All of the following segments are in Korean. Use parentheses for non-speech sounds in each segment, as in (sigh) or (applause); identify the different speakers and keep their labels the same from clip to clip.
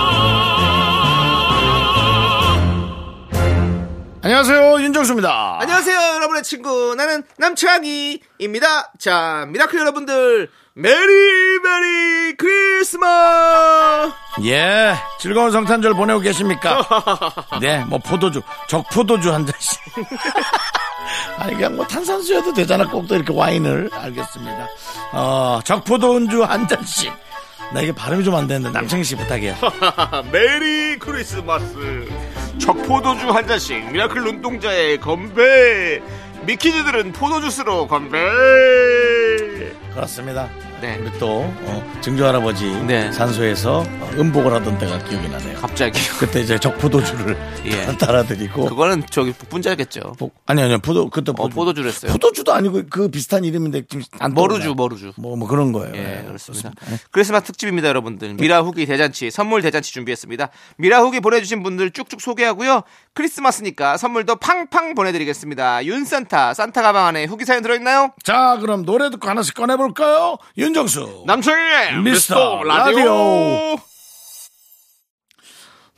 Speaker 1: 안녕하세요 윤정수입니다.
Speaker 2: 안녕하세요, 여러분의 친구. 나는 남창희입니다. 자, 미라클 여러분들, 메리, 메리 크리스마스! (laughs)
Speaker 1: 예 즐거운 성탄절 보내고 계십니까? 네뭐 포도주 적포도주 한
Speaker 2: (laughs)
Speaker 1: 잔씩. 아니 그냥 뭐 탄산수여도 되잖아 꼭 또 이렇게 와인을 알겠습니다. 어 적포도 음주 한 잔씩. 나 이게 발음이 좀 안 되는데 남창희 씨 부탁해요.
Speaker 2: 메리 크리스마스! 적포도주 한 잔씩, 미라클 눈동자의 건배! 미키즈들은 포도주스로 건배!
Speaker 1: 그렇습니다.
Speaker 2: 네.
Speaker 1: 우리 또 어, 증조 할아버지
Speaker 2: 네.
Speaker 1: 산소에서 어, 음복을 하던 때가 기억이 나네요.
Speaker 2: 갑자기요. (laughs)
Speaker 1: 그때 이제 적포도주를
Speaker 2: 예.
Speaker 1: (laughs) 따라드리고
Speaker 2: 그거는 저기 북분자겠죠.
Speaker 1: 복- 아니 아니요 포도 그때 포-
Speaker 2: 포도주를 했어요.
Speaker 1: 포도주도 아니고 그 비슷한 이름인데 지금 안
Speaker 2: 머루주,
Speaker 1: 떠오르나?
Speaker 2: 머루주.
Speaker 1: 뭐, 뭐 그런 거예요.
Speaker 2: 예,
Speaker 1: 네,
Speaker 2: 그렇습니다. 크리스마스 특집입니다, 여러분들. 미라 후기 대잔치, 선물 대잔치 준비했습니다. 미라 후기 보내주신 분들 쭉쭉 소개하고요. 크리스마스니까 선물도 팡팡 보내드리겠습니다. 윤산타, 산타 가방 안에 후기 사연 들어있나요?
Speaker 1: 자 그럼 노래 듣고 하나씩 꺼내볼까요? 윤정수
Speaker 2: 남청의
Speaker 1: 미스터 라디오.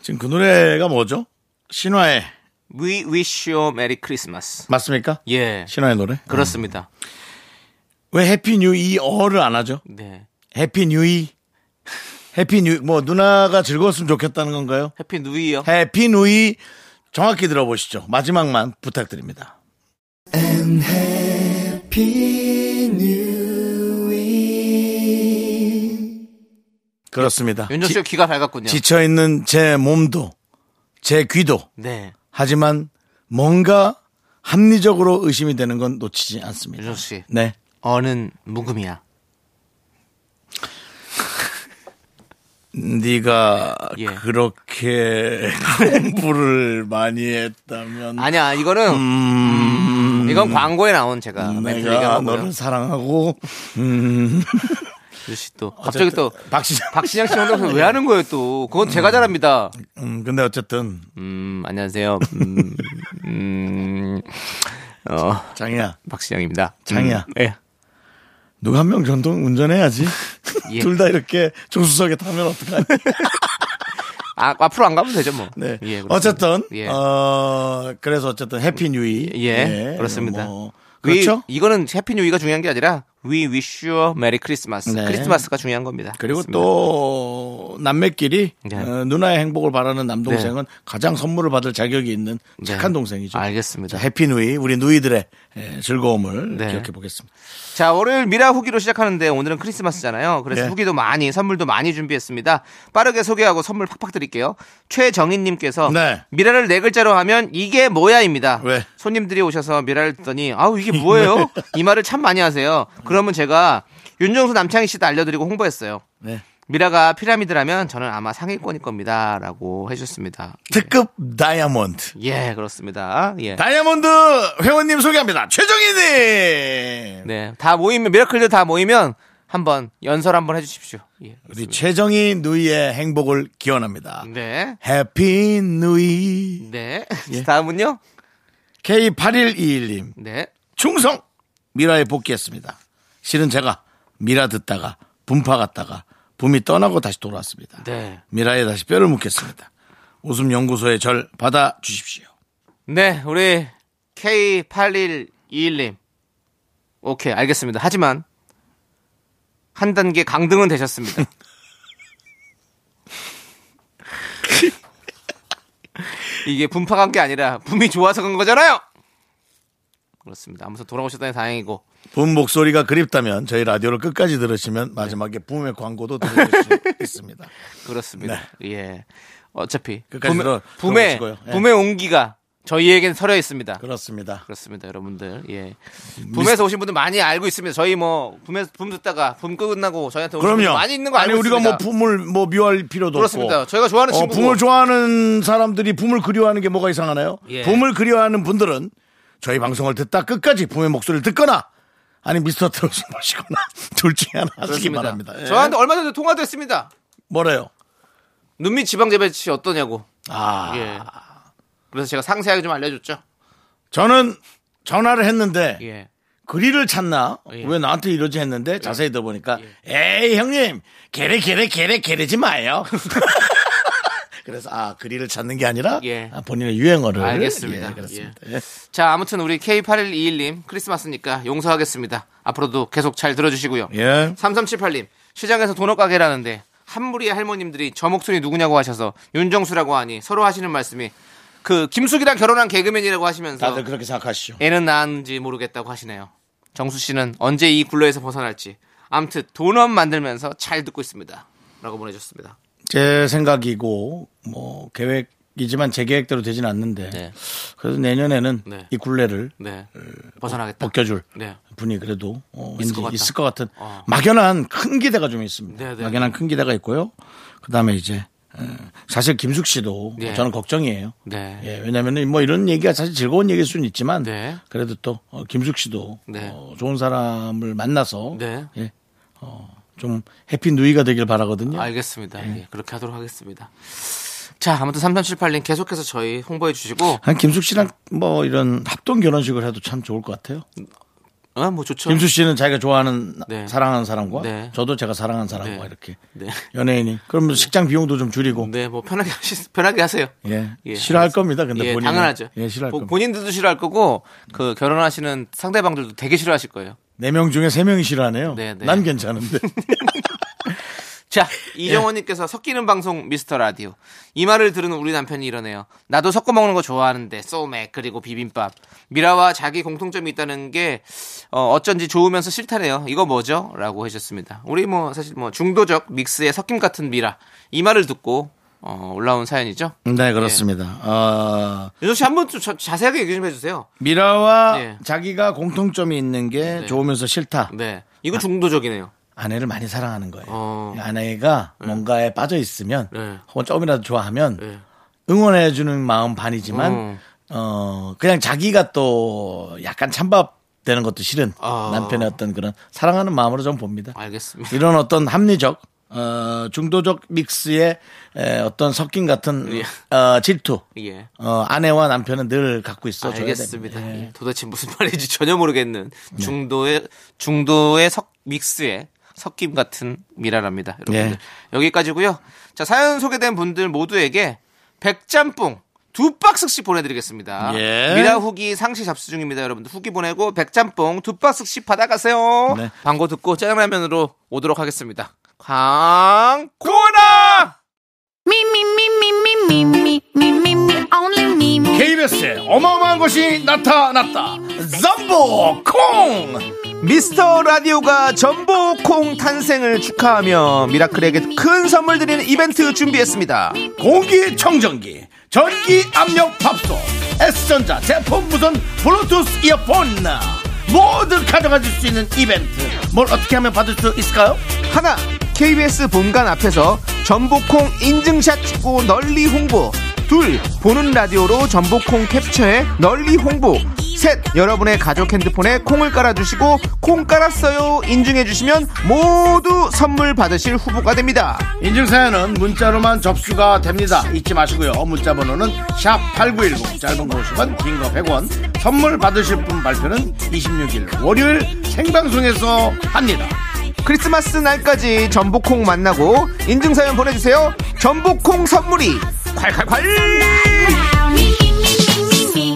Speaker 1: 지금 그 노래가 뭐죠? 신화의
Speaker 2: We wish you a merry Christmas.
Speaker 1: 맞습니까?
Speaker 2: 예,
Speaker 1: 신화의 노래?
Speaker 2: 그렇습니다.
Speaker 1: 왜 해피 뉴 이어를 안 하죠?
Speaker 2: 네.
Speaker 1: 해피 뉴이 해피 뉴뭐 누나가 즐거웠으면 좋겠다는 건가요?
Speaker 2: 해피 누이요.
Speaker 1: 해피 누이 정확히 들어보시죠. 마지막만 부탁드립니다. 그렇습니다.
Speaker 2: 윤정 씨가 귀가 밝았군요.
Speaker 1: 지쳐 있는 제 몸도 제 귀도
Speaker 2: 네.
Speaker 1: 하지만 뭔가 합리적으로 의심이 되는 건 놓치지 않습니다.
Speaker 2: 윤정 씨.
Speaker 1: 네.
Speaker 2: 어는 묵음이야.
Speaker 1: 네가
Speaker 2: 예. (laughs)
Speaker 1: 그렇게 공부를 많이 했다면
Speaker 2: 아니야, 이거는, 음, 이건 광고에 나온 제가 멘트
Speaker 1: 내가
Speaker 2: 네, 그 얘기한
Speaker 1: 너를
Speaker 2: 거고요.
Speaker 1: 사랑하고 음.
Speaker 2: 윤정 씨 또, 갑자기 또,
Speaker 1: 박 시장
Speaker 2: 박신양 씨 혼자서 왜 하는 거예요 또? 그건 제가 잘합니다.
Speaker 1: (laughs) 음, 근데 어쨌든
Speaker 2: 음 안녕하세요. 음, 음, 어
Speaker 1: 장이야
Speaker 2: 박신양입니다.
Speaker 1: 장이야.
Speaker 2: 음, 예.
Speaker 1: 누가 한 명 전동 운전해야지
Speaker 2: (laughs) 예.
Speaker 1: 둘 다 이렇게 조수석에 타면 어떡하니
Speaker 2: 아 앞으로 안 가면 되죠 뭐.
Speaker 1: 네.
Speaker 2: 예, 그렇습니다.
Speaker 1: 어쨌든
Speaker 2: 예.
Speaker 1: 어 그래서 어쨌든 해피 뉴이
Speaker 2: 예, 그렇습니다.
Speaker 1: 그렇죠.
Speaker 2: 위, 이거는 해피 뉴이가 중요한 게 아니라 We wish you a merry Christmas.
Speaker 1: 네.
Speaker 2: 크리스마스가 중요한 겁니다.
Speaker 1: 그리고
Speaker 2: 그렇습니다.
Speaker 1: 또 남매끼리
Speaker 2: 네.
Speaker 1: 어, 누나의 행복을 바라는 남동생은 가장 선물을 받을 자격이 있는 착한
Speaker 2: 네.
Speaker 1: 동생이죠.
Speaker 2: 알겠습니다.
Speaker 1: 자, 해피 누이 우리 누이들의 예, 즐거움을
Speaker 2: 네.
Speaker 1: 기억해 보겠습니다.
Speaker 2: 자, 월요일 미라 후기로 시작하는데 오늘은 크리스마스잖아요. 그래서
Speaker 1: 네.
Speaker 2: 후기도 많이, 선물도 많이 준비했습니다. 빠르게 소개하고 선물 팍팍 드릴게요. 최정인님께서
Speaker 1: 네.
Speaker 2: 미라를 네 글자로 하면 이게 뭐야입니다.
Speaker 1: 왜? 네.
Speaker 2: 손님들이 오셔서 미라를 듣더니 아우
Speaker 1: (laughs)
Speaker 2: 이게 뭐예요? 이 말을 참 많이 하세요. 그러면 제가 윤정수 남창희 씨도 알려드리고 홍보했어요.
Speaker 1: 네.
Speaker 2: 미라가 피라미드라면 저는 아마 상위권일 겁니다라고 해주셨습니다.
Speaker 1: 특급 다이아몬드.
Speaker 2: 예, 그렇습니다. 예.
Speaker 1: 네. 다이아몬드 회원님 소개합니다. 최정희님.
Speaker 2: 네, 다 모이면 미라클들 다 모이면 한번 연설 한번 해주십시오. 예,
Speaker 1: 우리 최정희 누이의 행복을 기원합니다.
Speaker 2: 네.
Speaker 1: 해피 누이.
Speaker 2: 네. (laughs) 다음은요?
Speaker 1: K8121님.
Speaker 2: 네.
Speaker 1: 충성! 미라에 복귀했습니다. 실은 제가 미라 듣다가 분파 갔다가 붐이 떠나고 다시 돌아왔습니다.
Speaker 2: 네.
Speaker 1: 미라에 다시 뼈를 묻겠습니다. 웃음 연구소에 절 받아 주십시오.
Speaker 2: 네, 우리 K8121님. 오케이, 알겠습니다. 하지만, 한 단계 강등은 되셨습니다. (laughs) 이게 분파 간 게 아니라, 붐이 좋아서 간 거잖아요! 그렇습니다. 아무튼 돌아오셨다니 다행이고.
Speaker 1: 붐 목소리가 그립다면 저희 라디오를 끝까지 들으시면 마지막에 붐의 광고도 들으실
Speaker 2: (laughs)
Speaker 1: 수 있습니다.
Speaker 2: 그렇습니다. 예. 어차피,
Speaker 1: 네. 끝까지 들어-
Speaker 2: 붐의,
Speaker 1: 들어보시고요. 예.
Speaker 2: 붐의 온기가 저희에겐 서려 있습니다.
Speaker 1: 그렇습니다.
Speaker 2: 그렇습니다, 여러분들. 예. 붐에서 오신 분들 많이 알고 있습니다. 저희 뭐 붐에서 붐 듣다가 붐 끝나고 저희한테 오신 분들
Speaker 1: 어, 그럼요.
Speaker 2: 많이 있는 거 알고
Speaker 1: 아니 우리가
Speaker 2: 있습니다.
Speaker 1: 뭐 붐을 뭐 미워할 필요도
Speaker 2: 그렇습니다.
Speaker 1: 없고.
Speaker 2: 저희가 좋아하는
Speaker 1: 어,
Speaker 2: 친구고.
Speaker 1: 붐을 좋아하는 사람들이 붐을 그리워하는 게 뭐가 이상하나요?
Speaker 2: 예.
Speaker 1: 붐을 그리워하는 분들은 저희 방송을 듣다 끝까지 부모의 목소리를 듣거나 아니 미스터 트롯을 (laughs) 보시거나 둘 중에 하나 하시기
Speaker 2: 그렇습니다.
Speaker 1: 바랍니다. 예.
Speaker 2: 저한테 얼마 전에 통화도 했습니다.
Speaker 1: 뭐래요?
Speaker 2: 눈밑 지방 재배치 어떠냐고.
Speaker 1: 아
Speaker 2: 예. 그래서 제가 상세하게 좀 알려줬죠.
Speaker 1: 저는 전화를 했는데
Speaker 2: 예.
Speaker 1: 그리를 찾나
Speaker 2: 예.
Speaker 1: 왜 나한테 이러지 했는데 자세히 들어보니까 에이 형님 게레 게레 게레 게레지
Speaker 2: (laughs)
Speaker 1: 마요. (laughs) 그래서 아 그리를 찾는 게 아니라
Speaker 2: 예.
Speaker 1: 아, 본인의 유행어를
Speaker 2: 알겠습니다.
Speaker 1: 예, 그렇습니다. 예.
Speaker 2: 자, 아무튼 우리 K8121님 크리스마스니까 용서하겠습니다. 앞으로도 계속 잘 들어주시고요.
Speaker 1: 예.
Speaker 2: 3378님 시장에서 도넛 가게라는데 한 무리의 할머님들이 저 목소리 누구냐고 하셔서 윤정수라고 하니 서로 하시는 말씀이 그 김숙이랑 결혼한 개그맨이라고 하시면서
Speaker 1: 다들 그렇게 생각하시죠.
Speaker 2: 애는 낳았는지 모르겠다고 하시네요. 정수 씨는 언제 이 굴레에서 벗어날지. 암튼 도넛 만들면서 잘 듣고 있습니다. 라고 보내줬습니다.
Speaker 1: 제 생각이고 뭐 계획이지만 제 계획대로 되진 않는데
Speaker 2: 네.
Speaker 1: 그래도 내년에는
Speaker 2: 네.
Speaker 1: 이 굴레를
Speaker 2: 네. 벗어나겠다.
Speaker 1: 음, 벗겨줄
Speaker 2: 네.
Speaker 1: 분이 그래도 어,
Speaker 2: 있을
Speaker 1: 왠지
Speaker 2: 것 같다.
Speaker 1: 있을 것 같은
Speaker 2: 어.
Speaker 1: 막연한 큰 기대가 좀 있습니다.
Speaker 2: 네, 네.
Speaker 1: 막연한 큰 기대가 있고요. 그다음에 이제 어, 사실 김숙 씨도
Speaker 2: 네.
Speaker 1: 저는 걱정이에요.
Speaker 2: 네.
Speaker 1: 예, 왜냐면은 뭐 이런 얘기가 사실 즐거운 얘기일 수는 있지만
Speaker 2: 네.
Speaker 1: 그래도 또 어, 김숙 씨도
Speaker 2: 네.
Speaker 1: 어, 좋은 사람을 만나서
Speaker 2: 네.
Speaker 1: 예, 어, 좀 해피 누이가 되길 바라거든요.
Speaker 2: 알겠습니다.
Speaker 1: 네.
Speaker 2: 예, 그렇게 하도록 하겠습니다. 자, 아무튼 3378님 계속해서 저희 홍보해 주시고
Speaker 1: 한 김숙 씨랑 뭐 이런 합동 결혼식을 해도 참 좋을 것 같아요.
Speaker 2: 어, 뭐 좋죠.
Speaker 1: 김숙 씨는 자기가 좋아하는
Speaker 2: 네.
Speaker 1: 사랑하는 사람과
Speaker 2: 네.
Speaker 1: 저도 제가 사랑하는 사람과
Speaker 2: 네.
Speaker 1: 이렇게
Speaker 2: 네.
Speaker 1: 연예인이 그러면 식장 비용도 좀 줄이고
Speaker 2: 네, 뭐 편하게 하시, 편하게 하세요.
Speaker 1: 예,
Speaker 2: 예,
Speaker 1: 싫어할
Speaker 2: 알겠습니다.
Speaker 1: 겁니다. 근데
Speaker 2: 예,
Speaker 1: 본인
Speaker 2: 당연하죠.
Speaker 1: 예, 싫어할
Speaker 2: 보-
Speaker 1: 겁니다.
Speaker 2: 본인들도 싫어할 거고 그 결혼하시는 상대방들도 되게 싫어하실 거예요.
Speaker 1: 네 명 중에 세 명이 싫어하네요.
Speaker 2: 네, 네.
Speaker 1: 난
Speaker 2: (laughs)
Speaker 1: 괜찮은데 (laughs)
Speaker 2: 자,
Speaker 1: 예.
Speaker 2: 이정원님께서 섞이는 방송 미스터 라디오. 이 말을 들은 우리 남편이 이러네요. 나도 섞어 먹는 거 좋아하는데 소맥 그리고 비빔밥. 미라와 자기 공통점이 있다는 게 어, 쩐지 좋으면서 싫다네요. 이거 뭐죠? 라고 하셨습니다. 우리 뭐 사실 뭐 중도적 믹스의 섞임 같은 미라. 이 말을 듣고 어, 올라온 사연이죠.
Speaker 1: 네 그렇습니다.
Speaker 2: 예.
Speaker 1: 어,
Speaker 2: 윤석 씨 한 번 좀 자- 자세하게 얘기 좀 해주세요.
Speaker 1: 미라와
Speaker 2: 예.
Speaker 1: 자기가 공통점이 있는 게
Speaker 2: 네.
Speaker 1: 좋으면서 싫다.
Speaker 2: 네,
Speaker 1: 아.
Speaker 2: 이거 중도적이네요.
Speaker 1: 아내를 많이 사랑하는 거예요.
Speaker 2: 어.
Speaker 1: 아내가 뭔가에 빠져 있으면
Speaker 2: 네.
Speaker 1: 혹은 조금이라도 좋아하면
Speaker 2: 네.
Speaker 1: 응원해 주는 마음 반이지만
Speaker 2: 음.
Speaker 1: 어 그냥 자기가 또 약간 찬밥 되는 것도 싫은
Speaker 2: 아.
Speaker 1: 남편의 어떤 그런 사랑하는 마음으로 좀 봅니다.
Speaker 2: 알겠습니다.
Speaker 1: 이런 어떤 합리적 어 중도적 믹스의 에, 어떤 섞인 같은 어, 질투
Speaker 2: 예.
Speaker 1: 어 아내와 남편은 늘 갖고 있어 줘야
Speaker 2: 알겠습니다.
Speaker 1: 됩니다. 예. 네.
Speaker 2: 예, 도대체 무슨 (laughs) 말인지 전혀 모르겠는 중도의 중도의 석 믹스의 섞임 같은 미라랍니다. 여러분들
Speaker 1: 예.
Speaker 2: 여기까지고요. 자 사연 소개된 분들 모두에게 백짬뽕 두 박스씩 보내드리겠습니다.
Speaker 1: 예.
Speaker 2: 미라 후기 상시 잡수 중입니다. 여러분들 후기 보내고 백짬뽕 두 박스씩 받아가세요.
Speaker 1: 네.
Speaker 2: 광고 듣고 짜장라면으로 오도록 하겠습니다. 광고나
Speaker 3: Me, me, me, me, me, me, me, me, me, me, only me, me.
Speaker 1: KBS에 어마어마한 것이 나타났다. 덤보 콩.
Speaker 2: 미스터 라디오가 전복콩 탄생을 축하하며 미라클에게 큰 선물 드리는 이벤트 준비했습니다.
Speaker 1: 공기청정기, 전기 압력 밥솥, S전자 제품 무선 블루투스 이어폰 모두 가져가실 수 있는 이벤트. 뭘 어떻게 하면 받을 수 있을까요?
Speaker 2: 하나, KBS 본관 앞에서 전복콩 인증샷 찍고 널리 홍보. 둘, 보는 라디오로 전복콩 캡처해 널리 홍보. 셋, 여러분의 가족 핸드폰에 콩을 깔아주시고 콩 깔았어요 인증해주시면 모두 선물 받으실 후보가 됩니다.
Speaker 1: 인증 사연은 문자로만 접수가 됩니다. 잊지 마시고요. 문자 번호는 샵 8910 짧은 거 50원, 긴 거 100원. 선물 받으실 분 발표는 26일 월요일 생방송에서 합니다.
Speaker 2: 크리스마스 날까지 전복콩 만나고 인증사연 보내주세요. 전복콩 선물이 콸콸콸!
Speaker 3: Me, me,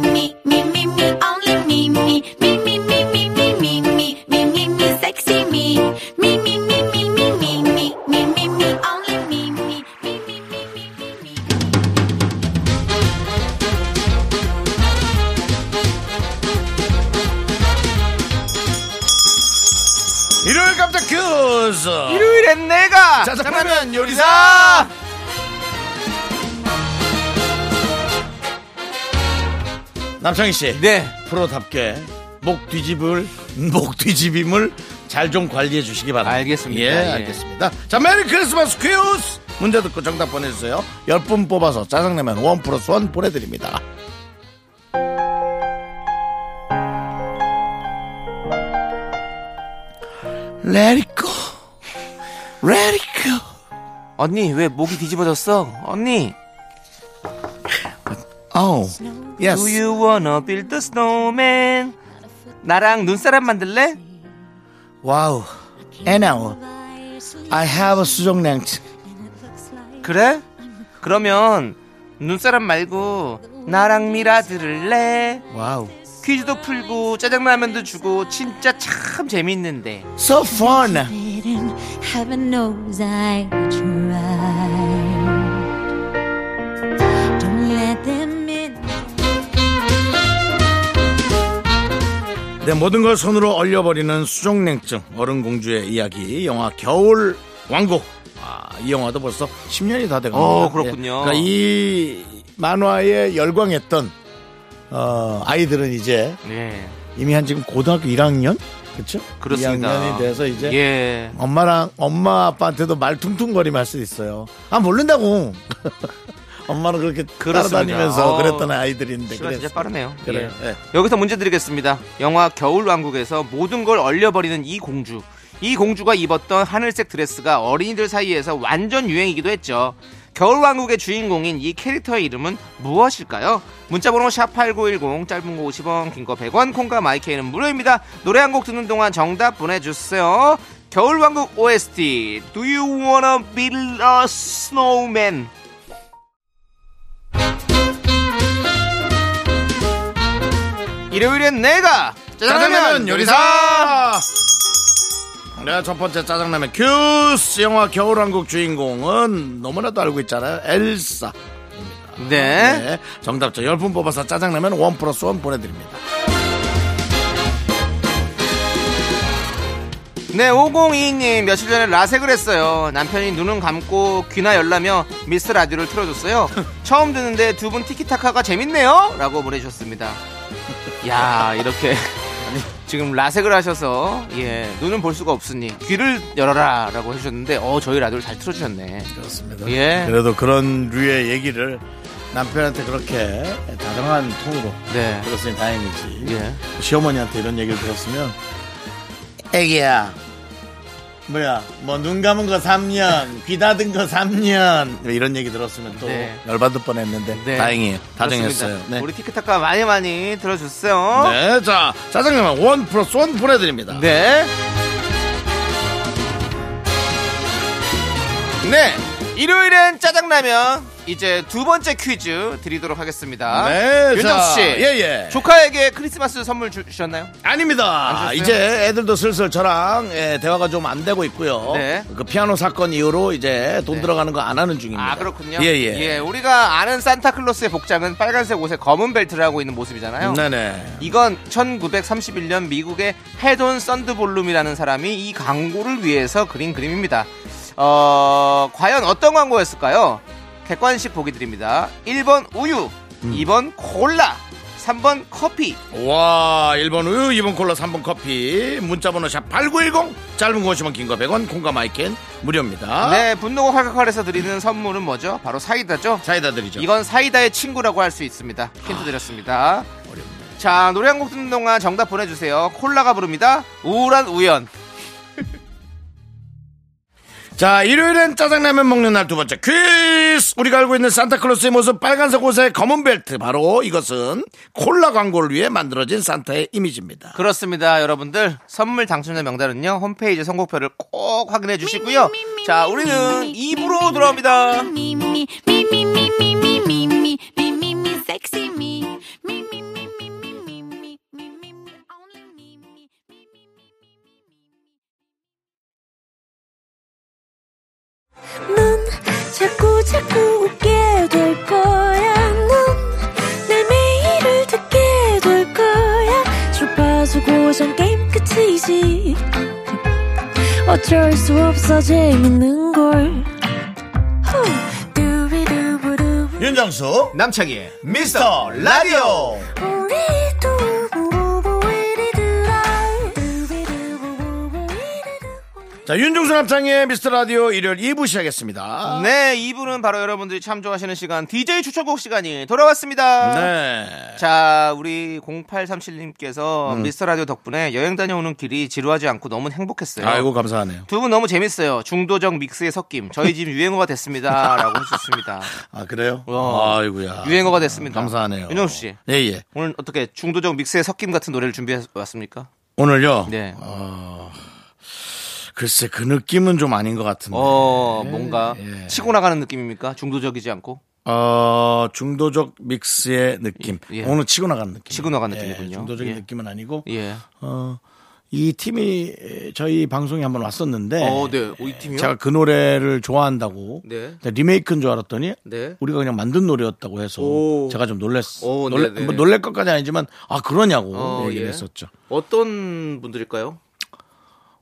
Speaker 3: me, me, me, me, me, me, me, only me, me. Me, me, me, me, me, me, me, me, me, me, sexy me. Me, me, me, me, me, me, me, me, me, me, only me, me. Me, me, me, me, me, me.
Speaker 1: 일요일 깜짝 큐즈.
Speaker 2: 일요일엔 내가
Speaker 1: 짜장라면 요리사. 남창희 씨.
Speaker 2: 네
Speaker 1: 프로답게 목 뒤집을 목 뒤집임을 잘 좀 관리해 주시기 바랍니다.
Speaker 2: 알겠습니다.
Speaker 1: 예,
Speaker 2: 예.
Speaker 1: 알겠습니다. 자, 메리 크리스마스 퀴즈! 문제 듣고 정답 보내주세요. 10분 뽑아서 짜장라면 원 플러스 원 보내드립니다. 레리코 레리코
Speaker 2: 언니 왜 목이 뒤집어졌어? 언니
Speaker 1: 아우
Speaker 2: Do
Speaker 1: 예스
Speaker 2: you wanna build a snowman? 나랑 눈사람 만들래?
Speaker 1: 와우 에나우 I have a 수족냉증
Speaker 2: 그래? 그러면 눈사람 말고 나랑 미라 들을래?
Speaker 1: 와우
Speaker 2: 퀴즈도 풀고 짜장라면도 주고 진짜 참 재밌는데
Speaker 1: So fun
Speaker 4: didn't. Heaven knows I tried. Don't let them in.
Speaker 1: 내 네, 모든 걸 손으로 얼려버리는 수족냉증 어른 공주의 이야기 영화 겨울 왕국 아, 이 영화도 벌써 10년이 다 돼가고
Speaker 2: 어, 그렇군요.
Speaker 1: 이 만화에 열광했던 어, 아이들은 이제
Speaker 2: 예
Speaker 1: 이미 한 지금 고등학교 1학년 그렇죠?
Speaker 2: 그렇습니다
Speaker 1: 2학년이 돼서 이제 네,
Speaker 2: 예
Speaker 1: 엄마랑 엄마 아빠한테도 말 퉁퉁거리면 할 수 있어요. 아 모른다고. (laughs) 엄마는 그렇게
Speaker 2: 그렇습니다.
Speaker 1: 따라다니면서
Speaker 2: 어.
Speaker 1: 그랬던 아이들인데.
Speaker 2: 시간 진짜
Speaker 1: 그랬어요.
Speaker 2: 빠르네요
Speaker 1: 그래요.
Speaker 2: 예.
Speaker 1: 예.
Speaker 2: 여기서 문제 드리겠습니다 영화 겨울왕국에서 모든 걸 얼려버리는 이 공주 이 공주가 입었던 하늘색 드레스가 어린이들 사이에서 완전 유행이기도 했죠 겨울왕국의 주인공인 이 캐릭터의 이름은 무엇일까요? 문자번호 샵8910 짧은 거 50원 긴 거 100원 콩과 마이케이는 무료입니다 노래 한 곡 듣는 동안 정답 보내주세요 겨울왕국 OST Do you wanna build a snowman? 일요일엔 내가
Speaker 1: 짜장라면 요리사. 내가 첫 번째 짜장라면 큐스 영화 겨울왕국 주인공은 너무나도 알고 있잖아요. 엘사.
Speaker 2: 네.
Speaker 1: 네. 정답자 10분 뽑아서 짜장라면 원 플러스 원 보내드립니다.
Speaker 2: 네, 5022님 며칠 전에 라섹을 했어요. 남편이 눈은 감고 귀나 열라며 미스 라디오를
Speaker 1: (laughs)
Speaker 2: 틀어줬어요. 처음 듣는데 두 분 티키타카가 재밌네요?라고 보내주셨습니다. 야, 이렇게 (laughs) 지금 라섹을 하셔서 예 눈은 볼 수가 없으니 귀를 열어라라고 해주셨는데 어 저희 라디오를 잘 틀어주셨네.
Speaker 1: 그렇습니다.
Speaker 2: 예.
Speaker 1: 그래도 그런 류의 얘기를 남편한테 그렇게 다정한 톤으로
Speaker 2: 네.
Speaker 1: 들었으니 다행이지.
Speaker 2: 예.
Speaker 1: 시어머니한테 이런 얘기를 들었으면 애기야 뭐야 뭐 눈 감은 거 3년 귀 닫은 거 3년 이런 얘기 들었으면 또
Speaker 2: 네.
Speaker 1: 열받을 뻔했는데
Speaker 2: 네.
Speaker 1: 다행이에요 다정했어요
Speaker 2: 그렇습니다.
Speaker 1: 네.
Speaker 2: 우리 티키타카 많이 많이 들어주세요.
Speaker 1: 네, 자 짜장면 원 플러스 원 보내드립니다
Speaker 2: 네. 네. 일요일엔 짜장라면 이제 두 번째 퀴즈 드리도록 하겠습니다.
Speaker 1: 네, 자,
Speaker 2: 윤정 씨,
Speaker 1: 예, 예.
Speaker 2: 조카에게 크리스마스 선물 주, 셨나요
Speaker 1: 아닙니다
Speaker 2: 주셨어요?
Speaker 1: 이제 애들도 슬슬 저랑 예, 대화가 좀 안 되고 있고요
Speaker 2: 네.
Speaker 1: 그 피아노 사건 이후로 이제 돈 들어가는 거 안 하는 중입니다
Speaker 2: 아 그렇군요.
Speaker 1: 예예
Speaker 2: 우리가 아는 산타클로스의 복장은 빨간색 옷에 검은 벨트를 하고 있는 모습이잖아요.
Speaker 1: 음, 네네
Speaker 2: 이건 1931년 미국의 헤돈 썬드볼룸이라는 사람이 이 광고를 위해서 그린 그림입니다. 어, 과연 어떤 광고였을까요? 객관식 보기 드립니다. 1번 우유, 2번 콜라, 3번 커피.
Speaker 1: 와 1번 우유 2번 콜라 3번 커피 문자번호 샵 8910 짧은 거 50원 긴거 100원 공감 마이캔 무료입니다
Speaker 2: 네, 분노가 활각활에서 드리는 선물은 뭐죠? 바로 사이다죠? 아,
Speaker 1: 사이다 드리죠
Speaker 2: 이건 사이다의 친구라고 할 수 있습니다. 힌트 드렸습니다. 자, 노래 한 곡 듣는 동안 정답 보내주세요. 콜라가 부릅니다. 우울한 우연.
Speaker 1: 자 일요일엔 짜장라면 먹는 날 두 번째 퀴즈 우리가 알고 있는 산타클로스의 모습 빨간색 옷에 검은 벨트 바로 이것은 콜라 광고를 위해 만들어진 산타의 이미지입니다
Speaker 2: 그렇습니다, 여러분들. 선물 당첨자 명단은요, 홈페이지 선곡표를 꼭 확인해 주시고요. 자, 우리는 입으로 돌아옵니다.
Speaker 3: Me, me, me, me, me, me, me, me, me, me, me, me, sexy me. Me, me, me, me, me, me, me, me, me, me, only me, me, me, me.
Speaker 4: 넌 자꾸 자꾸 웃게 될 거야. 넌내 매일을 듣게 될 거야. 주파수 고정 게임 끝이지. 어쩔 수 없어 재밌는 걸. 후. 두비두부두.
Speaker 1: 윤정수
Speaker 2: 남창희의
Speaker 1: 미스터 라디오
Speaker 4: 우리 두부부부 우리 두라. 두비두부부부 우리 두부부.
Speaker 1: 자, 윤종수 남창의 미스터 라디오 일요일 2부 시작했습니다.
Speaker 2: 네, 이분은 바로 여러분들이 참 좋아하시는 시간 DJ 추천곡 시간이 돌아왔습니다.
Speaker 1: 네.
Speaker 2: 자, 우리 0837님께서
Speaker 1: 음.
Speaker 2: 미스터 라디오 덕분에 여행 다녀오는 길이 지루하지 않고 너무 행복했어요.
Speaker 1: 아이고, 감사하네요.
Speaker 2: 두 분 너무 재밌어요. 중도적 믹스의 섞임. 저희 집 유행어가 됐습니다. 라고 해주셨습니다.
Speaker 1: 아, 그래요?
Speaker 2: 와.
Speaker 1: 아이고야.
Speaker 2: 유행어가 됐습니다.
Speaker 1: 감사하네요.
Speaker 2: 윤정수 씨.
Speaker 1: 예, 예.
Speaker 2: 오늘 어떻게 중도적 믹스의 섞임 같은 노래를 준비해 왔습니까?
Speaker 1: 오늘요?
Speaker 2: 네.
Speaker 1: 글쎄, 그 느낌은 좀 아닌 것 같은데. 어,
Speaker 2: 어, 뭔가
Speaker 1: 예.
Speaker 2: 치고 나가는 느낌입니까? 중도적이지 않고
Speaker 1: 어, 중도적 믹스의 느낌.
Speaker 2: 예, 예.
Speaker 1: 오늘 치고 나간 느낌.
Speaker 2: 치고 나간
Speaker 1: 예,
Speaker 2: 느낌이군요.
Speaker 1: 중도적인
Speaker 2: 예.
Speaker 1: 느낌은 아니고.
Speaker 2: 예.
Speaker 1: 어, 이 팀이 저희 방송에 한번 왔었는데.
Speaker 2: 어, 네. 우리 팀이요.
Speaker 1: 제가 그 노래를 좋아한다고
Speaker 2: 네.
Speaker 1: 근데 리메이크인 줄 알았더니
Speaker 2: 네.
Speaker 1: 우리가 그냥 만든 노래였다고 해서
Speaker 2: 오.
Speaker 1: 제가 좀 놀랬어.
Speaker 2: 오,
Speaker 1: 놀래,
Speaker 2: 네네.
Speaker 1: 뭐 놀랄 것까지 아니지만 아 그러냐고
Speaker 2: 어,
Speaker 1: 얘기를
Speaker 2: 예.
Speaker 1: 했었죠.
Speaker 2: 어떤 분들일까요?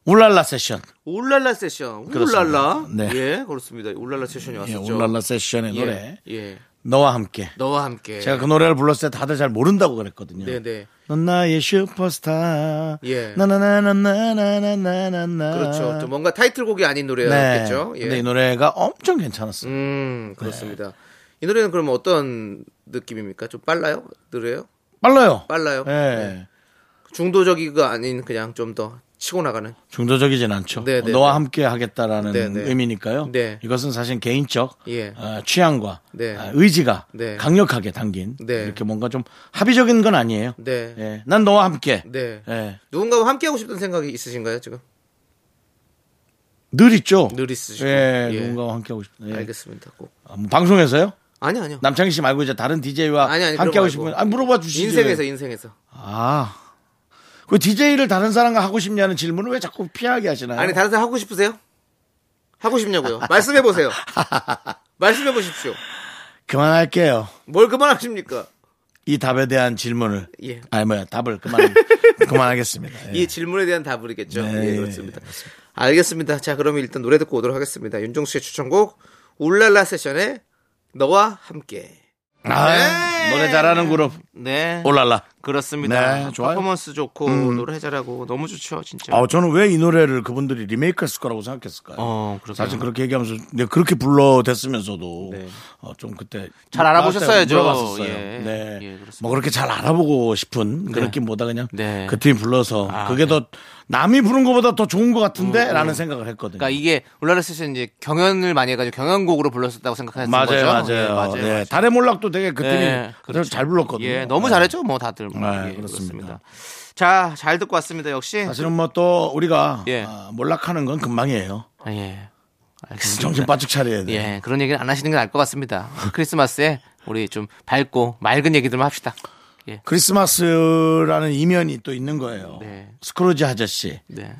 Speaker 1: 울랄라 세션,
Speaker 2: 울랄라 세션.
Speaker 1: 그렇습니다.
Speaker 2: 울랄라.
Speaker 1: 네.
Speaker 2: 예, 그렇습니다. 울랄라 세션이
Speaker 1: 예,
Speaker 2: 왔었죠.
Speaker 1: 울랄라 세션의
Speaker 2: 예,
Speaker 1: 노래
Speaker 2: 예.
Speaker 1: 너와 함께.
Speaker 2: 너와 함께.
Speaker 1: 제가 그 노래를 불렀을 때 다들 잘 모른다고 그랬거든요.
Speaker 2: 예. 네, 네.
Speaker 1: 넌 나의 슈퍼스타.
Speaker 2: 예.
Speaker 1: 나나나나나나나나나.
Speaker 2: 그렇죠. 좀 뭔가 타이틀곡이
Speaker 1: 아.
Speaker 2: 아닌
Speaker 1: 네.
Speaker 2: 노래였겠죠. 예.
Speaker 1: 근데 이 노래가 네. 엄청 괜찮았어요.
Speaker 2: 음, 그렇습니다. 이 노래는 그럼 어떤 느낌입니까? 좀 빨라요? 노래요?
Speaker 1: 빨라요.
Speaker 2: 빨라요?
Speaker 1: 예.
Speaker 2: 네. 중도적이가 아닌 그냥 좀 더 치고 나가는.
Speaker 1: 중도적이진 않죠.
Speaker 2: 네, 네,
Speaker 1: 너와
Speaker 2: 네.
Speaker 1: 함께 하겠다라는
Speaker 2: 네, 네.
Speaker 1: 의미니까요.
Speaker 2: 네.
Speaker 1: 이것은 사실 개인적
Speaker 2: 예.
Speaker 1: 어, 취향과
Speaker 2: 네.
Speaker 1: 어, 의지가
Speaker 2: 네.
Speaker 1: 강력하게 담긴
Speaker 2: 네.
Speaker 1: 이렇게 뭔가 좀 합의적인 건 아니에요.
Speaker 2: 네.
Speaker 1: 예. 난 너와 함께
Speaker 2: 네.
Speaker 1: 예.
Speaker 2: 누군가와 함께 하고 싶은 생각이 있으신가요, 지금?
Speaker 1: 늘 있죠.
Speaker 2: 늘 있으시고.
Speaker 1: 예,
Speaker 2: 예.
Speaker 1: 누군가와 함께 하고 싶은. 예.
Speaker 2: 알겠습니다. 꼭.
Speaker 1: 아, 뭐 방송에서요?
Speaker 2: 아니요, 아니요.
Speaker 1: 남창희 씨 말고 이제 다른 DJ와
Speaker 2: 아니, 아니,
Speaker 1: 함께
Speaker 2: 그런
Speaker 1: 하고
Speaker 2: 거
Speaker 1: 싶은.
Speaker 2: 말고.
Speaker 1: 아, 물어봐 주시죠.
Speaker 2: 인생에서, 인생에서.
Speaker 1: 아. 그 DJ를 다른 사람과 하고 싶냐는 질문을 왜 자꾸 피하게 하시나요?
Speaker 2: 아니, 다른 사람 하고 싶으세요?
Speaker 1: (laughs)
Speaker 2: 하고 싶냐고요? 말씀해보세요. 말씀해보십시오.
Speaker 1: 그만할게요.
Speaker 2: 뭘 그만하십니까?
Speaker 1: 이 답에 대한 질문을
Speaker 2: 예.
Speaker 1: 아니 뭐야 답을 그만 (laughs) 그만하겠습니다. 예.
Speaker 2: 이 질문에 대한 답을이겠죠.
Speaker 1: 네,
Speaker 2: 예, 그렇습니다.
Speaker 1: 예,
Speaker 2: 알겠습니다. 자, 그러면 일단 노래 듣고 오도록 하겠습니다. 윤종수 씨의 추천곡 울랄라 세션의 너와 함께.
Speaker 1: 아,
Speaker 2: 네.
Speaker 1: 노래 잘하는 그룹
Speaker 2: 네.
Speaker 1: 올랄라.
Speaker 2: 그렇습니다.
Speaker 1: 네, 좋아요. 음.
Speaker 2: 퍼포먼스 좋고 노래 잘하고 너무 좋죠, 진짜.
Speaker 1: 아 저는 왜 이 노래를 그분들이 리메이크했을 거라고 생각했을까요?
Speaker 2: 어, 그러게요.
Speaker 1: 사실 그렇게 얘기하면서 내가 그렇게 불러 댔으면서도
Speaker 2: 네.
Speaker 1: 어, 좀 그때
Speaker 2: 잘 알아보셨어야죠.
Speaker 1: 물어봤었어요.
Speaker 2: 예.
Speaker 1: 네,
Speaker 2: 예, 그렇습니다.
Speaker 1: 뭐 그렇게 잘 알아보고 싶은 그런 느낌보다 그냥
Speaker 2: 네.
Speaker 1: 그 팀이 불러서 그게 더 남이 부른 것보다 더 좋은 것 같은데라는 생각을 했거든요.
Speaker 2: 그러니까 이게 울랄라 세션 이제 경연을 많이 해가지고 경연곡으로 불렀었다고 생각하는
Speaker 1: 맞아요,
Speaker 2: 거죠.
Speaker 1: 맞아요.
Speaker 2: 예, 맞아요.
Speaker 1: 네,
Speaker 2: 맞아요.
Speaker 1: 달의 몰락도 되게 그 팀이
Speaker 2: 예, 그렇죠.
Speaker 1: 잘 불렀거든요.
Speaker 2: 예, 너무
Speaker 1: 네.
Speaker 2: 잘했죠, 뭐 다들. 뭐.
Speaker 1: 네,
Speaker 2: 예,
Speaker 1: 그렇습니다.
Speaker 2: 그렇습니다. 자, 잘 듣고 왔습니다. 역시.
Speaker 1: 사실은 뭐 또 우리가
Speaker 2: 예.
Speaker 1: 아, 몰락하는 건 금방이에요.
Speaker 2: 아, 예. 알겠습니다.
Speaker 1: 정신 네. 바짝 차려야 돼.
Speaker 2: 예, 그런 얘기는 안 하시는 게 나을 것 같습니다. 크리스마스에 우리 좀 밝고 맑은 얘기들만 합시다.
Speaker 1: 크리스마스라는 이면이 또 있는 거예요.
Speaker 2: 네.
Speaker 1: 스크루지 아저씨.
Speaker 2: 네.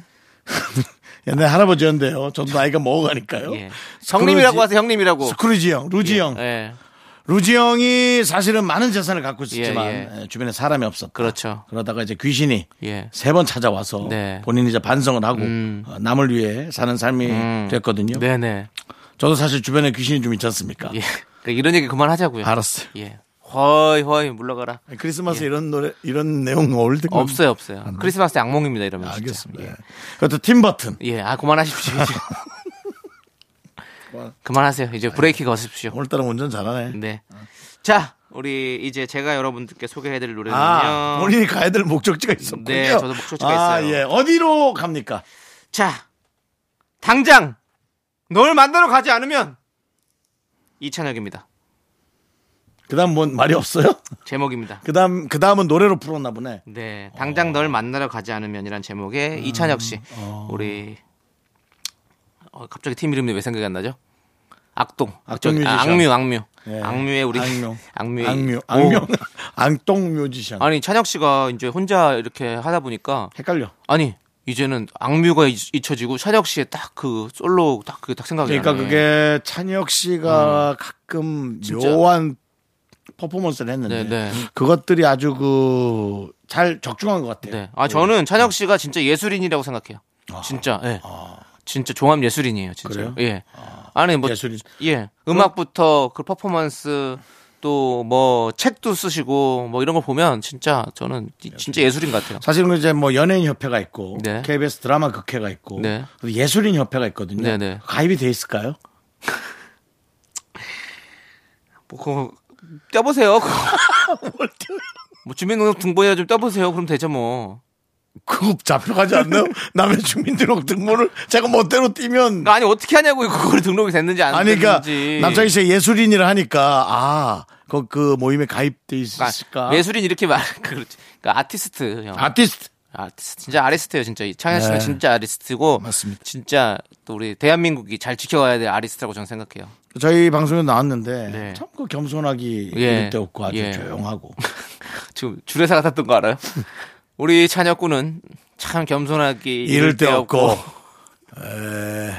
Speaker 1: 옛날 할아버지였는데요. 저도 나이가 먹어가니까요.
Speaker 2: 예.
Speaker 1: 스크루지-
Speaker 2: 형님이라고 하세요, 형님이라고.
Speaker 1: 스크루지 형, 루지 형.
Speaker 2: 예.
Speaker 1: 루지 형이 사실은 많은 재산을 갖고 있었지만
Speaker 2: 예,
Speaker 1: 예, 주변에 사람이 없었다.
Speaker 2: 그렇죠.
Speaker 1: 그러다가 이제 귀신이
Speaker 2: 예.
Speaker 1: 세 번 찾아와서
Speaker 2: 네. 음.
Speaker 1: 본인이 이제 반성을 하고 어, 남을 위해 사는 삶이 됐거든요.
Speaker 2: 네네.
Speaker 1: 저도 사실 주변에 귀신이 좀 있지 않습니까?
Speaker 2: 예. 그러니까 이런 얘기 그만하자고요.
Speaker 1: 알았어요.
Speaker 2: 예. 허이, 허이, 물러가라.
Speaker 1: 크리스마스 이런 노래, 이런 내용 어울 때
Speaker 2: 예. 없어요, 없어요. 크리스마스 악몽입니다, 이러면. 진짜.
Speaker 1: 알겠습니다. 예. 그것도 팀버튼.
Speaker 2: 예. 예, 아, 그만하십시오. 이제.
Speaker 1: 뭐.
Speaker 2: 그만하세요. 이제 브레이크 거십시오.
Speaker 1: 오늘따라 운전 잘하네.
Speaker 2: 네.
Speaker 1: 아.
Speaker 2: 자, 우리 이제 제가 여러분들께 소개해드릴 노래는요.
Speaker 1: 아, 본인이 가야 될 목적지가 있었군요.
Speaker 2: 네, 저도 목적지가
Speaker 1: 아,
Speaker 2: 있어요.
Speaker 1: 예. 어디로 갑니까?
Speaker 2: 자, 당장 널 만나러 가지 않으면 이찬혁입니다.
Speaker 1: 그다음 뭔 말이 없어요? (laughs)
Speaker 2: 제목입니다.
Speaker 1: 그다음 그다음은 노래로 풀었나 보네.
Speaker 2: 네, 당장
Speaker 1: 어.
Speaker 2: 널 만나러 가지 않으면이란
Speaker 1: 음,
Speaker 2: 제목의 이찬혁 씨, 우리 어, 갑자기 팀 이름이 왜 생각이 안 나죠? 악동,
Speaker 1: 악동
Speaker 2: 저기, 아,
Speaker 1: 뮤지션.
Speaker 2: 악뮤, 악뮤,
Speaker 1: 예.
Speaker 2: 악뮤의 우리
Speaker 1: 악뮤.
Speaker 2: (laughs) 악뮤의-
Speaker 1: 악뮤.
Speaker 2: 오.
Speaker 1: 악뮤. (laughs) 악동 뮤지션.
Speaker 2: 아니 찬혁 씨가 이제 혼자 이렇게 하다 보니까
Speaker 1: 헷갈려.
Speaker 2: 아니 이제는 악뮤가 잊- 잊혀지고 찬혁 씨의 딱 그 솔로 딱 그게 딱 생각이
Speaker 1: 그러니까
Speaker 2: 나네. 음.
Speaker 1: 그게 찬혁 씨가 가끔 묘한 퍼포먼스를 했는데
Speaker 2: 네, 네.
Speaker 1: 그것들이 아주 그 잘 적중한 것 같아요.
Speaker 2: 네. 아 저는 찬혁 씨가 진짜 예술인이라고 생각해요. 진짜. 예. 진짜 종합 예술인이에요, 진짜.
Speaker 1: 그래요?
Speaker 2: 예. 아. 니뭐
Speaker 1: 예술인.
Speaker 2: 예. 음악부터 그 퍼포먼스 또 뭐 책도 쓰시고 뭐 이런 걸 보면 진짜 저는 이- 진짜 예술인 것 같아요.
Speaker 1: 사실은 이제 뭐 연예인 협회가 있고
Speaker 2: 네.
Speaker 1: KBS 드라마 극회가 있고
Speaker 2: 네.
Speaker 1: 그리고 예술인 협회가 있거든요.
Speaker 2: 네, 네.
Speaker 1: 가입이 돼 있을까요?
Speaker 2: 뭐 그거
Speaker 1: (laughs)
Speaker 2: 떼보세요. 그거. 뭐 주민등록등본이라 좀 떼보세요. 그럼 되죠 뭐.
Speaker 1: 그거 잡혀가지
Speaker 2: (laughs)
Speaker 1: 않나요? 남의 주민등록등본을 제가 멋대로 띄면
Speaker 2: 그러니까 아니 어떻게 하냐고 그걸 등록이 됐는지 안
Speaker 1: 아니 그러니까
Speaker 2: 됐는지.
Speaker 1: 남창희 씨가 예술인이라 하니까 아. 그, 그 모임에 가입돼 있을까?
Speaker 2: 그러니까 예술인 이렇게 말 (laughs) 그렇지. 그러니까 아티스트 형.
Speaker 1: 아티스트.
Speaker 2: 아, 진짜 아리스트예요, 진짜. 이 창현 씨는
Speaker 1: 네.
Speaker 2: 진짜 아리스트고
Speaker 1: 맞습니다.
Speaker 2: 진짜 또 우리 대한민국이 잘 지켜가야 될 아리스트라고 저는 생각해요. (laughs)
Speaker 1: 저희 방송에 나왔는데
Speaker 2: 네.
Speaker 1: 참 그 겸손하기
Speaker 2: 예.
Speaker 1: 이럴 때 없고 아주
Speaker 2: 예.
Speaker 1: 조용하고
Speaker 2: (laughs) 지금 주례사 같았던 거
Speaker 1: (laughs)
Speaker 2: 알아요? 우리 찬혁군은 참 겸손하기
Speaker 1: 이럴 때 없고 에,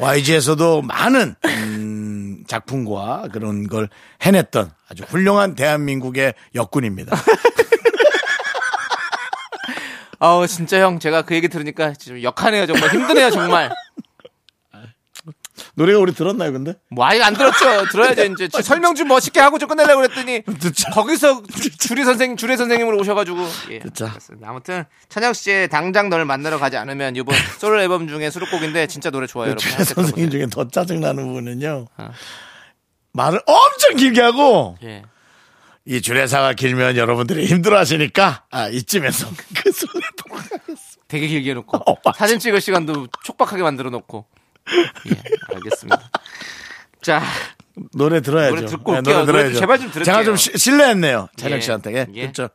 Speaker 1: YG에서도 많은 음, 작품과 그런 걸 해냈던 아주 훌륭한 대한민국의
Speaker 2: (laughs)
Speaker 1: 역군입니다.
Speaker 2: 아우 진짜 형 제가 그 얘기 들으니까 지금 역하네요 정말 힘드네요 정말.
Speaker 1: 노래가 우리 들었나요, 근데?
Speaker 2: 뭐 아예 안 들었죠. 들어야죠 이제 지- 설명 좀 멋있게 하고 좀 끝내려고 그랬더니
Speaker 1: 듣자.
Speaker 2: 거기서 주- 주례 선생 주례 선생님으로 오셔가지고 예,
Speaker 1: 듣자.
Speaker 2: 알겠습니다. 아무튼 찬혁 씨의 당장 널 만나러 가지 않으면 이번 솔로 앨범 중에 수록곡인데 진짜 노래 좋아요 여러분.
Speaker 1: 주례
Speaker 2: 함께 들어보세요.
Speaker 1: 선생님 중에 더 짜증나는 부분은요.
Speaker 2: 아.
Speaker 1: 말을 엄청 길게 하고
Speaker 2: 예.
Speaker 1: 이 주례사가 길면 여러분들이 힘들어하시니까 아, 이쯤에서 (laughs) 그 손에 돌아가겠습니다.
Speaker 2: 되게 길게 놓고
Speaker 1: 어, 맞아.
Speaker 2: 사진 찍을 시간도 촉박하게 만들어 놓고 예, 알겠습니다. 자,
Speaker 1: 노래 들어야죠.
Speaker 2: 노래 듣고 올게요. 노래 제발 좀 들을게요.
Speaker 1: 제가 좀 시- 실례했네요. 찬혁
Speaker 2: 예.
Speaker 1: 씨한테. 예.
Speaker 2: 예.
Speaker 1: 그렇죠.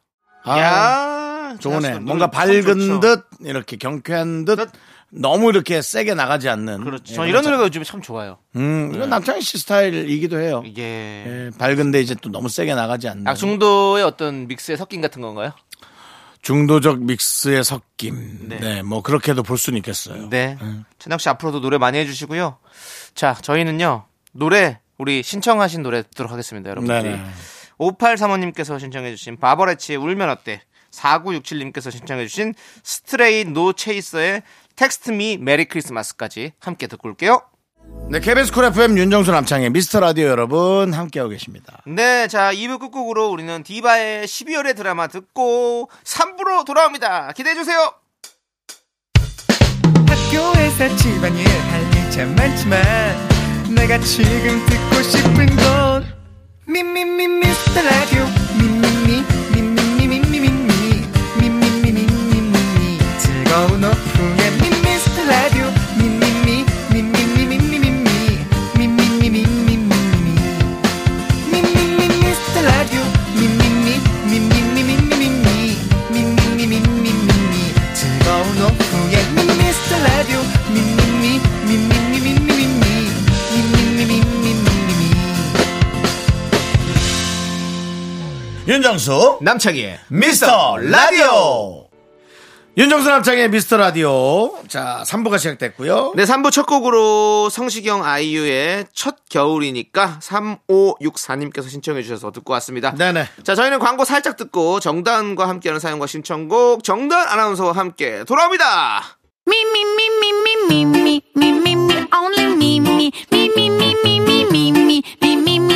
Speaker 1: 아,
Speaker 2: 야,
Speaker 1: 좋으네.
Speaker 2: 그냥
Speaker 1: 뭔가
Speaker 2: 눈
Speaker 1: 밝은
Speaker 2: 좋죠.
Speaker 1: 듯 이렇게 경쾌한 듯 너무 이렇게 세게 나가지 않는.
Speaker 2: 그렇죠.
Speaker 1: 예,
Speaker 2: 전 이런
Speaker 1: 자-
Speaker 2: 노래가 네. 요즘 참 좋아요.
Speaker 1: 음, 이건 남창희 씨 스타일이기도 해요.
Speaker 2: 이게
Speaker 1: 예, 밝은데 이제 또 너무 세게 나가지 않는.
Speaker 2: 아, 악중도의 어떤 믹스의 섞인 같은 건가요?
Speaker 1: 중도적 믹스의 섞임. 네.
Speaker 2: 네.
Speaker 1: 뭐 그렇게도 볼 수는 있겠어요.
Speaker 2: 네. 천혁 씨 앞으로도 노래 많이 해주시고요. 자, 저희는요 노래 우리 신청하신 노래 듣도록 하겠습니다, 여러분들.
Speaker 1: 네네.
Speaker 2: 5835님께서 신청해주신 바버레치의 울면 어때 4967님께서 신청해주신 스트레이 노 체이서의 텍스트 미 메리 크리스마스까지 함께 듣고 올게요
Speaker 1: 네, KBS 쿨 FM 윤정수 남창희 미스터 라디오 여러분 함께하고 계십니다.
Speaker 2: 네, 자 2부 끝곡으로 우리는 디바의 12월의 드라마 듣고 3부로 돌아옵니다 기대해주세요
Speaker 5: 학교에서 집안일 할 일 참 많지만 내가 지금 듣고 싶은 건 미미미 미스터 라디오 미미미 미미미 미미미 미미미 미미미 즐거운 오후에 미스터 라디오 미미미 미미미 미미미 미미미 미미미
Speaker 1: 윤정수
Speaker 2: 남창희의
Speaker 1: 미스터 라디오 윤정수 남창의 미스터 라디오 자 3부가 시작됐고요
Speaker 2: 네 3부 첫 곡으로 성시경 아이유의 첫 겨울이니까 3564님께서 신청해주셔서 듣고 왔습니다
Speaker 1: 네. 네
Speaker 2: 자, 저희는 광고 살짝 듣고 정다은과 함께하는 사연과 신청곡 정다은 아나운서와 함께 돌아옵니다.
Speaker 3: Me, me, me, me, me, me, me, me, me, me, only me, me, me, me, me, me, me, me, me, me, me, me,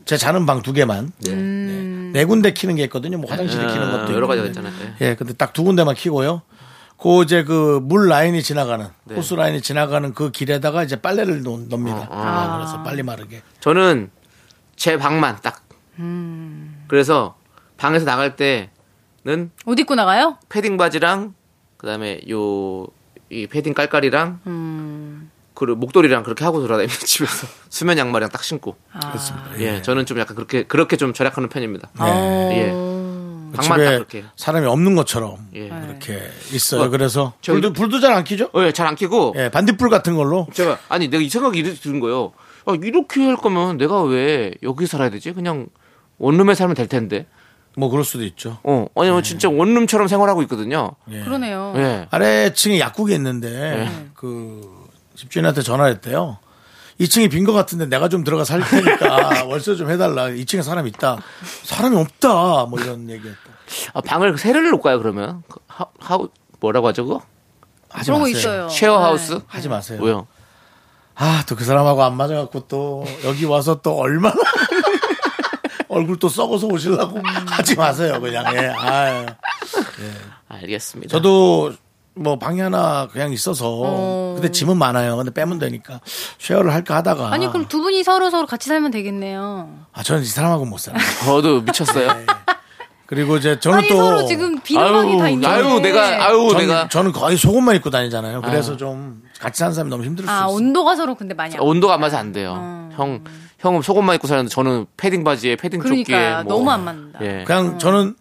Speaker 1: 제 자는 방 두 개만 네.
Speaker 6: 음.
Speaker 1: 네 군데 키는 게 있거든요. 뭐 화장실에 키는 것도
Speaker 2: 예. 아, 여러
Speaker 1: 있고.
Speaker 2: 가지가 있잖아요. 예.
Speaker 1: 예, 근데 딱 두 군데만 키고요. 그 이제 그 물 라인이 지나가는
Speaker 2: 네.
Speaker 1: 호수 라인이 지나가는 그 길에다가 이제 빨래를 놓- 넣습니다.
Speaker 2: 아,
Speaker 1: 아, 그래서 빨리 마르게.
Speaker 2: 저는 제 방만 딱. 그래서 방에서 나갈 때는
Speaker 6: 옷 입고 나가요?
Speaker 2: 패딩 바지랑 그다음에 요 이 패딩 깔깔이랑 그리고 목도리랑 그렇게 하고 돌아다니는 (laughs) 집에서 수면 양말이랑 딱 신고. 그렇습니다. 예, 저는 좀 약간 그렇게 그렇게 좀 절약하는 편입니다.
Speaker 1: 네.
Speaker 2: 예. 방만 딱
Speaker 1: 집에
Speaker 2: 그렇게.
Speaker 1: 사람이 없는 것처럼
Speaker 6: 네.
Speaker 2: 예.
Speaker 1: 이렇게 있어요.
Speaker 2: 뭐,
Speaker 1: 그래서
Speaker 2: 저기-
Speaker 1: 불도 불도 잘 안 켜죠?
Speaker 2: 어, 예, 잘안 끼고
Speaker 1: 예, 반딧불 같은 걸로.
Speaker 2: 제가 아니 내가 이 생각이 이렇게 드는 거예요. 아, 이렇게 할 거면 내가 왜 여기 살아야 되지? 그냥 원룸에 살면 될 텐데.
Speaker 1: 뭐 그럴 수도 있죠.
Speaker 2: 어, 아니 면 진짜 원룸처럼 생활하고 있거든요.
Speaker 6: 그러네요.
Speaker 2: 예.
Speaker 1: 아래층에 약국이 있는데 그 집주인한테 전화를 했대요. 2층이 빈 것 같은데 내가 좀 들어가 살 테니까 월세 좀 해달라. 2층에 사람 있다. 사람이 없다. 뭐 이런 얘기했다.
Speaker 2: 아, 방을 세를 놓을까요 그러면? 그 하, 하우 뭐라고 하죠 그거?
Speaker 1: 하지
Speaker 6: 그런 거
Speaker 1: 마세요.
Speaker 6: 있어요. 네.
Speaker 2: 쉐어하우스?
Speaker 1: 하지 마세요.
Speaker 2: 왜요?
Speaker 1: 아, 또 그 사람하고 안 맞아갖고 또 여기 와서 또 얼마나 (laughs) 얼굴 또 썩어서 오시려고 하지 마세요. 그냥. 예. 아유.
Speaker 2: 알겠습니다.
Speaker 1: 저도 뭐 방이 하나 그냥 있어서 근데 짐은 많아요. 근데 빼면 되니까 쉐어를 할까 하다가
Speaker 6: 아니 그럼 두 분이 서로 서로 같이 살면 되겠네요.
Speaker 1: 아, 저는 이 사람하고 못 살아요.
Speaker 2: 저도 미쳤어요.
Speaker 1: 네. 그리고 이제 저는
Speaker 6: 아니
Speaker 1: 또
Speaker 6: 서로 지금 비방이 다 있는데.
Speaker 2: 아유 내가 아유
Speaker 1: 저는,
Speaker 2: 내가
Speaker 1: 저는 거의 속옷만 입고 다니잖아요. 그래서 좀 같이 사는 사람이 너무 힘들 수
Speaker 6: 아,
Speaker 1: 있어요.
Speaker 6: 온도가 서로 근데 많이 안
Speaker 2: 온도가 안 맞아 안 돼요. 형 형은 속옷만 입고 사는데 저는 패딩 바지에 패딩 조끼에
Speaker 6: 어. 그러니까
Speaker 2: 뭐.
Speaker 6: 너무 안 맞는다.
Speaker 2: 예.
Speaker 6: 어.
Speaker 1: 그냥 저는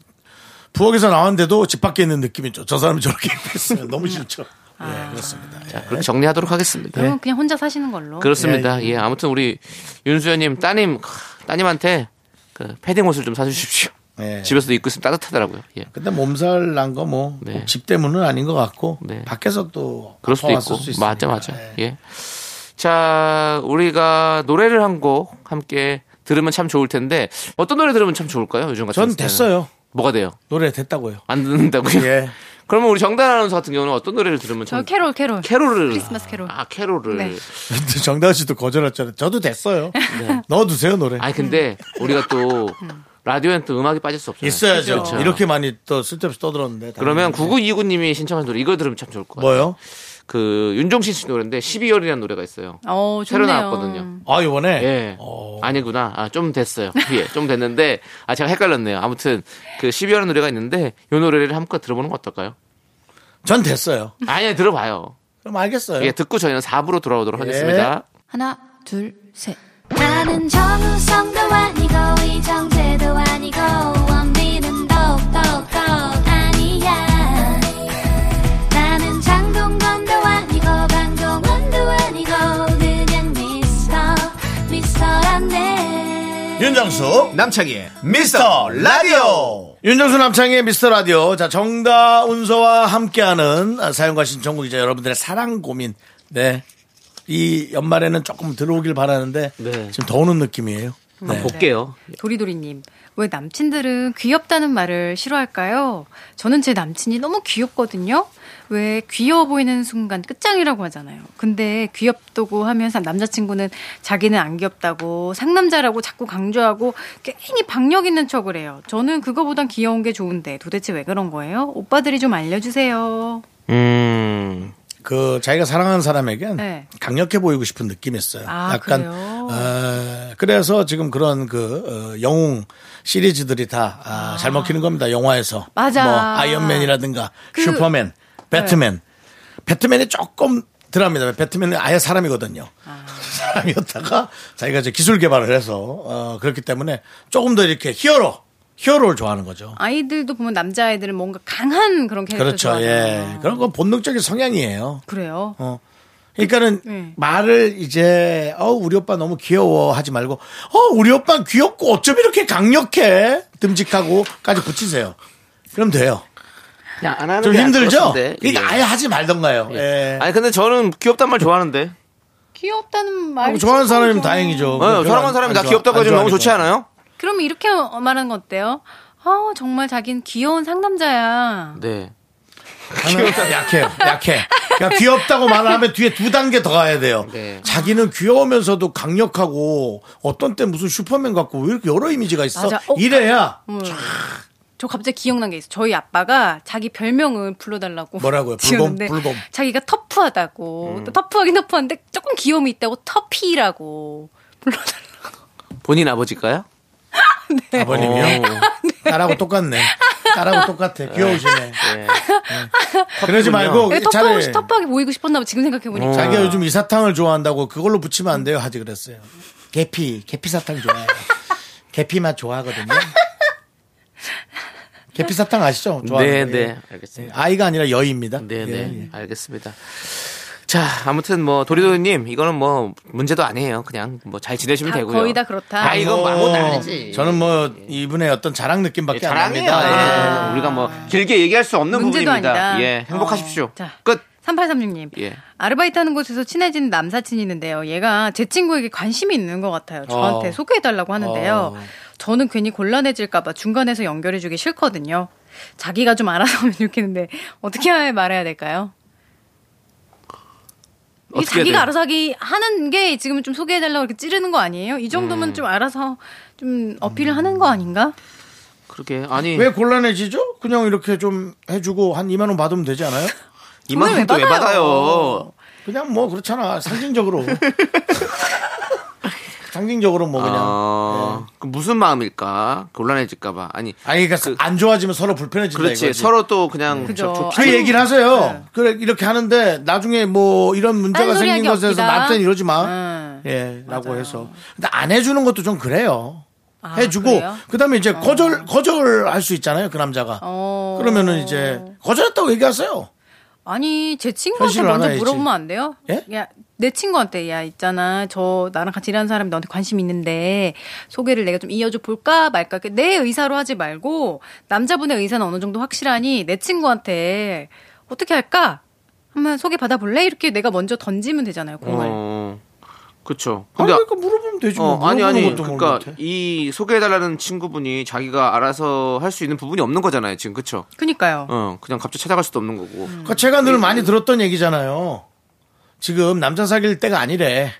Speaker 1: 부엌에서 나왔는데도 집 밖에 있는 느낌이죠. 저 사람이 저렇게 입고
Speaker 6: 음.
Speaker 1: 있어요. 너무 싫죠.
Speaker 6: 아.
Speaker 1: 예, 그렇습니다. 예.
Speaker 2: 그렇게 정리하도록 하겠습니다.
Speaker 1: 네.
Speaker 6: 그러면 그냥 혼자 사시는 걸로.
Speaker 2: 그렇습니다. 예, 아무튼 우리 윤수연님 따님 크, 따님한테 그 패딩 옷을 좀 사주십시오.
Speaker 1: 네.
Speaker 2: 집에서도 입고 있으면 따뜻하더라고요. 예.
Speaker 1: 근데 몸살 난 거 뭐 집
Speaker 2: 네.
Speaker 1: 때문은 아닌 것 같고
Speaker 2: 네.
Speaker 1: 밖에서 또
Speaker 2: 그럴 수도
Speaker 1: 아파왔을
Speaker 2: 있고
Speaker 1: 수 있으니까.
Speaker 2: 맞아 맞아.
Speaker 1: 예.
Speaker 2: 예. 자 우리가 노래를 한 곡 함께 들으면 참 좋을 텐데 어떤 노래 들으면 참 좋을까요? 요즘 같은
Speaker 1: 전
Speaker 2: 시대는?
Speaker 1: 됐어요.
Speaker 2: 뭐가 돼요?
Speaker 1: 노래
Speaker 2: (laughs)
Speaker 1: 됐다고요.
Speaker 2: 안 듣는다고요?
Speaker 1: 예.
Speaker 2: (laughs)
Speaker 1: (laughs)
Speaker 2: 그러면 우리 정단 아나운서 같은 경우는 어떤 노래를 들으면
Speaker 6: 저
Speaker 2: 참
Speaker 6: 캐롤 캐롤.
Speaker 2: 캐롤을
Speaker 6: 크리스마스 캐롤.
Speaker 2: 아 캐롤을
Speaker 6: 네.
Speaker 1: 근데 정다은 씨도 거절했잖아요. 저도 됐어요. 넣어두세요 노래.
Speaker 2: 네. 아니 근데 우리가 또
Speaker 6: 음.
Speaker 2: 라디오엔 또 음악이 빠질 수 없잖아요.
Speaker 1: 있어야죠.
Speaker 2: 그렇죠.
Speaker 1: 이렇게 많이 또 쓸데없이 떠들었는데. 다른
Speaker 2: 그러면
Speaker 1: 분들.
Speaker 2: 9929님이 신청한 노래 이거 들으면 참 좋을 것 같아요.
Speaker 1: 뭐요?
Speaker 2: 그 윤종신 씨 노래인데 12월이라는 노래가 있어요.
Speaker 6: 어, 좋네요.
Speaker 2: 새로 나왔거든요.
Speaker 1: 아 이번에
Speaker 2: 예.
Speaker 1: 어,
Speaker 2: 아니구나. 아, 좀 됐어요. 예, 좀 됐는데, 아, 제가 헷갈렸네요. 아무튼, 그 12월의 노래가 있는데, 요 노래를 한껏 들어보는 거 어떨까요?
Speaker 1: 전 됐어요.
Speaker 2: 아니, 들어봐요.
Speaker 1: 그럼 알겠어요.
Speaker 2: 예, 듣고 저희는 4부로 돌아오도록 하겠습니다.
Speaker 6: 하나, 둘, 셋.
Speaker 3: 나는 정우성도 아니고 이정재도 아니고 원빈은 더욱더 아니야 나는 장동건도 아니고 방종원도 아니고 그냥 미스터 미스터란데
Speaker 1: 윤정수 남창희의 미스터 라디오 윤정수 남창희의 미스터 라디오 자 정다 운서와 함께하는 아, 사연과 신청곡이자 여러분들의 사랑 고민 네이 연말에는 조금 들어오길 바라는데
Speaker 2: 네.
Speaker 1: 지금 더 오는 느낌이에요 네.
Speaker 2: 볼게요.
Speaker 6: 도리도리님, 왜 남친들은 귀엽다는 말을 싫어할까요? 저는 제 남친이 너무 귀엽거든요? 왜 귀여워 보이는 순간 끝장이라고 하잖아요. 근데 귀엽다고 하면서 남자친구는 자기는 안 귀엽다고 상남자라고 자꾸 강조하고 괜히 박력 있는 척을 해요. 저는 그거보단 귀여운 게 좋은데 도대체 왜 그런 거예요? 오빠들이 좀 알려주세요.
Speaker 2: 음,
Speaker 1: 그 자기가 사랑하는 사람에겐
Speaker 6: 네.
Speaker 1: 강력해 보이고 싶은 느낌이 있어요.
Speaker 6: 아,
Speaker 1: 약간
Speaker 6: 그래요?
Speaker 1: 어, 그래서 지금 그런 그 어, 영웅 시리즈들이 다 아, 잘 먹히는 겁니다. 영화에서
Speaker 6: 아. 맞아.
Speaker 1: 뭐 아이언맨이라든가
Speaker 6: 그-
Speaker 1: 슈퍼맨, 배트맨. 배트맨이 조금 드랍니다. 배트맨은 아예 사람이거든요. (laughs) 사람이었다가 자기가 이제 기술 개발을 해서 어, 그렇기 때문에 조금 더 이렇게 히어로, 히어로를 좋아하는 거죠.
Speaker 6: 아이들도 보면 남자아이들은 뭔가 강한 그런 캐릭터
Speaker 1: 그렇죠.
Speaker 6: 좋아하잖아요.
Speaker 1: 예. 그런 건 본능적인 성향이에요.
Speaker 6: 그래요.
Speaker 1: 어. 그러니까는
Speaker 6: 네.
Speaker 1: 말을 이제 어 우리 오빠 너무 귀여워 하지 말고 어 우리 오빠 귀엽고 어쩜 이렇게 강력해 듬직하고까지 붙이세요. 그럼 돼요.
Speaker 2: 그냥 안 하는
Speaker 1: 좀
Speaker 2: 게 안
Speaker 1: 힘들죠?
Speaker 2: 그렇던데.
Speaker 1: 그러니까
Speaker 2: 예.
Speaker 1: 아예 하지 말던가요. 예.
Speaker 2: 아니, 근데 저는 귀엽단 말 좋아하는데.
Speaker 6: 귀엽다는
Speaker 1: 그럼
Speaker 6: 말.
Speaker 1: 어, 뭐 좋아하는 사람이면
Speaker 6: 좋아하죠.
Speaker 1: 다행이죠.
Speaker 2: 어, 사랑하는 사람이 나 귀엽다고 해주면 너무 좋지 않아요?
Speaker 6: 그럼 이렇게 말하는 거 어때요? 아 정말 자긴 귀여운 상남자야.
Speaker 2: 네.
Speaker 1: 귀엽다. 약해요. 약해. 그러니까 귀엽다고 말을 하면 뒤에 두 단계 더 가야 돼요.
Speaker 2: 네.
Speaker 1: 자기는 귀여우면서도 강력하고 어떤 때 무슨 슈퍼맨 같고 왜 이렇게 여러 이미지가 있어?
Speaker 6: 맞아. 어,
Speaker 1: 이래야
Speaker 6: 저 갑자기 기억난 게 있어. 저희 아빠가 자기 별명을 불러달라고
Speaker 1: 뭐라고요? 불곰?
Speaker 6: (laughs) 지었는데
Speaker 1: 불곰. 음.
Speaker 6: 자기가 터프하다고 또 터프하긴 터프한데 조금 귀여움이 있다고 터피라고 불러달라고.
Speaker 2: 본인 아버지일까요?
Speaker 1: 아버님이요. 어.
Speaker 2: 네.
Speaker 1: 딸하고 똑같네. 딸하고 똑같아. 귀여우시네.
Speaker 2: 예.
Speaker 1: 그러지 말고
Speaker 6: 근데
Speaker 1: 어, 차라리
Speaker 6: 터프하고 터프하게 보이고 싶었나 봐. 지금 생각해 보니까.
Speaker 1: 자기가 요즘 이 사탕을 좋아한다고 그걸로 붙이면 안 돼요 하지 그랬어요. 계피 계피 사탕 좋아해요. 계피 맛 좋아하거든요. 계피 사탕 아시죠? 좋아하는
Speaker 2: 네,
Speaker 1: 거.
Speaker 2: 네.
Speaker 1: 예.
Speaker 2: 알겠습니다.
Speaker 1: 아이가 아니라 여입니다.
Speaker 2: 네,
Speaker 1: 예,
Speaker 2: 네.
Speaker 1: 예.
Speaker 2: 알겠습니다. 자, 아무튼 뭐 도리도님 이거는 뭐 문제도 아니에요. 그냥 뭐 잘 지내시면
Speaker 6: 다
Speaker 2: 되고요.
Speaker 6: 거의 다 그렇다.
Speaker 2: 아, 이건 뭐 아무것도 아니지. 예,
Speaker 1: 저는 뭐 이분의 어떤 자랑 느낌밖에 안
Speaker 2: 자랑이에요.
Speaker 1: 납니다. 아.
Speaker 2: 예. 우리가 뭐 길게 얘기할 수 없는
Speaker 6: 문제도
Speaker 2: 부분입니다.
Speaker 6: 아니다.
Speaker 2: 예, 행복하십시오.
Speaker 6: 어, 자.
Speaker 2: 끝.
Speaker 6: 3836님.
Speaker 2: 예.
Speaker 6: 아르바이트 하는 곳에서 친해진 남사친이 있는데요. 얘가 제 친구에게 관심이 있는 것 같아요. 저한테
Speaker 1: 어.
Speaker 6: 소개해달라고 하는데요.
Speaker 2: 아.
Speaker 6: 저는 괜히 곤란해질까봐 중간에서 연결해주기 싫거든요. 자기가 좀 알아서 하면 좋겠는데, 어떻게 말해야 될까요?
Speaker 2: 어떻게
Speaker 6: 이
Speaker 2: 해야
Speaker 6: 자기가
Speaker 2: 돼요?
Speaker 6: 알아서 하기 하는 게 지금 좀 소개해달라고 이렇게 찌르는 거 아니에요? 이 정도면
Speaker 2: 음.
Speaker 6: 좀 알아서 좀 어필을 하는 거 아닌가?
Speaker 2: 그렇게 아니
Speaker 1: 예. 왜 곤란해지죠? 그냥 이렇게 좀 해주고 한 2만 원 받으면 되지 않아요?
Speaker 2: 이만 원도 왜
Speaker 6: 돈을 왜
Speaker 2: 받아요?
Speaker 1: 그냥 뭐 그렇잖아.
Speaker 2: (laughs)
Speaker 1: 상징적으로. 상징적으로 뭐 그냥.
Speaker 2: 어, 그 무슨 마음일까? 그 곤란해질까봐. 아니,
Speaker 1: 아니 그러니까 안 좋아지면 서로 불편해진다
Speaker 2: 그렇지.
Speaker 1: 이거지.
Speaker 2: 서로 네. 또 그냥
Speaker 6: 그죠.
Speaker 2: 저- 저-
Speaker 1: 그 얘기를 하세요. 그래 이렇게 하는데 나중에 뭐 이런 문제가
Speaker 6: 딴소리
Speaker 1: 생긴
Speaker 6: 하기
Speaker 1: 것에 대해서
Speaker 6: 없기다. 네.
Speaker 1: 나한테 이러지 마.
Speaker 6: 응.
Speaker 1: 예라고 해서 근데 안 해주는 것도 좀 그래요.
Speaker 6: 아,
Speaker 1: 해주고
Speaker 6: 그래요?
Speaker 1: 그다음에 이제 거절 거절할 수 있잖아요 그 남자가.
Speaker 6: 어.
Speaker 1: 그러면은 이제 거절했다고 얘기하세요.
Speaker 6: 아니 제 친구한테
Speaker 1: 현실을
Speaker 6: 먼저
Speaker 1: 알아야지.
Speaker 6: 물어보면 안 돼요?
Speaker 1: 예?
Speaker 6: 야, 내 친구한테 야 있잖아 저 나랑 같이 일하는 사람이 너한테 관심 있는데 소개를 내가 좀 이어줘 볼까 말까 이렇게 내 의사로 하지 말고 남자분의 의사는 어느 정도 확실하니 내 친구한테 어떻게 할까? 한번 소개 받아볼래? 이렇게 내가 먼저 던지면 되잖아요 공을.
Speaker 2: 어, 그렇죠.
Speaker 1: 아니
Speaker 2: 근데
Speaker 1: 그러니까 물어보면 되지 뭐.
Speaker 2: 어, 아니
Speaker 1: 물어보는
Speaker 2: 아니
Speaker 1: 것도
Speaker 2: 그러니까
Speaker 1: 모르는데.
Speaker 2: 이 소개해달라는 친구분이 자기가 알아서 할 수 있는 부분이 없는 거잖아요 지금 그쵸?
Speaker 6: 그니까요.
Speaker 2: 어 그냥 갑자기 찾아갈 수도 없는 거고
Speaker 1: 그러니까 제가 늘 많이 들었던 얘기잖아요. 지금 남자 사귈 때가 아니래.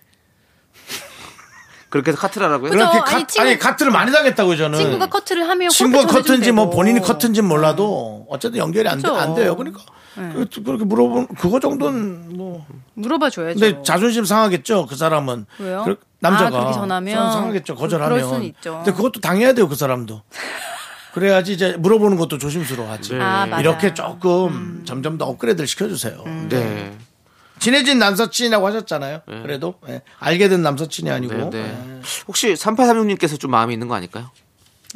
Speaker 2: 그렇게 해서 카트라라고요?
Speaker 6: 그죠?
Speaker 1: 그렇게
Speaker 6: 어, 아니,
Speaker 1: 카,
Speaker 6: 친구-
Speaker 1: 아니 카트를 많이 당했다고 저는.
Speaker 6: 친구가 커트를 하면
Speaker 1: 어. 친구가
Speaker 6: 그렇게 전해주면
Speaker 1: 커튼지 뭐
Speaker 6: 되고.
Speaker 1: 본인이 커튼지 몰라도 어쨌든 연결이 안, 돼-
Speaker 6: 그쵸. 네.
Speaker 1: 안 돼요. 그러니까 그- 그렇게 물어본 그거 정도는 뭐.
Speaker 6: 물어봐 줘야죠.
Speaker 1: 근데 자존심 상하겠죠. 그 사람은
Speaker 6: 그렇죠. 왜요?
Speaker 1: 그렇- 남자가
Speaker 6: 아, 그렇게 전하면?
Speaker 1: 상- 상하겠죠. 거절하면.
Speaker 6: 그럴 수는 있죠.
Speaker 1: 근데 그것도 당해야 돼요. 그
Speaker 6: (laughs)
Speaker 1: 사람도. 그래야지 이제 물어보는 것도 조심스러워하지.
Speaker 6: 아, 맞아.
Speaker 1: 네, 이렇게 조금
Speaker 6: 음.
Speaker 1: 점점 더 업그레이드를 시켜주세요.
Speaker 2: 네.
Speaker 1: 친해진 남사친이라고 하셨잖아요. 그래도 예. 알게 된 남사친이
Speaker 2: 네,
Speaker 1: 아니고. 예.
Speaker 2: 네. 혹시 3836님께서 좀 마음이 있는 거 아닐까요?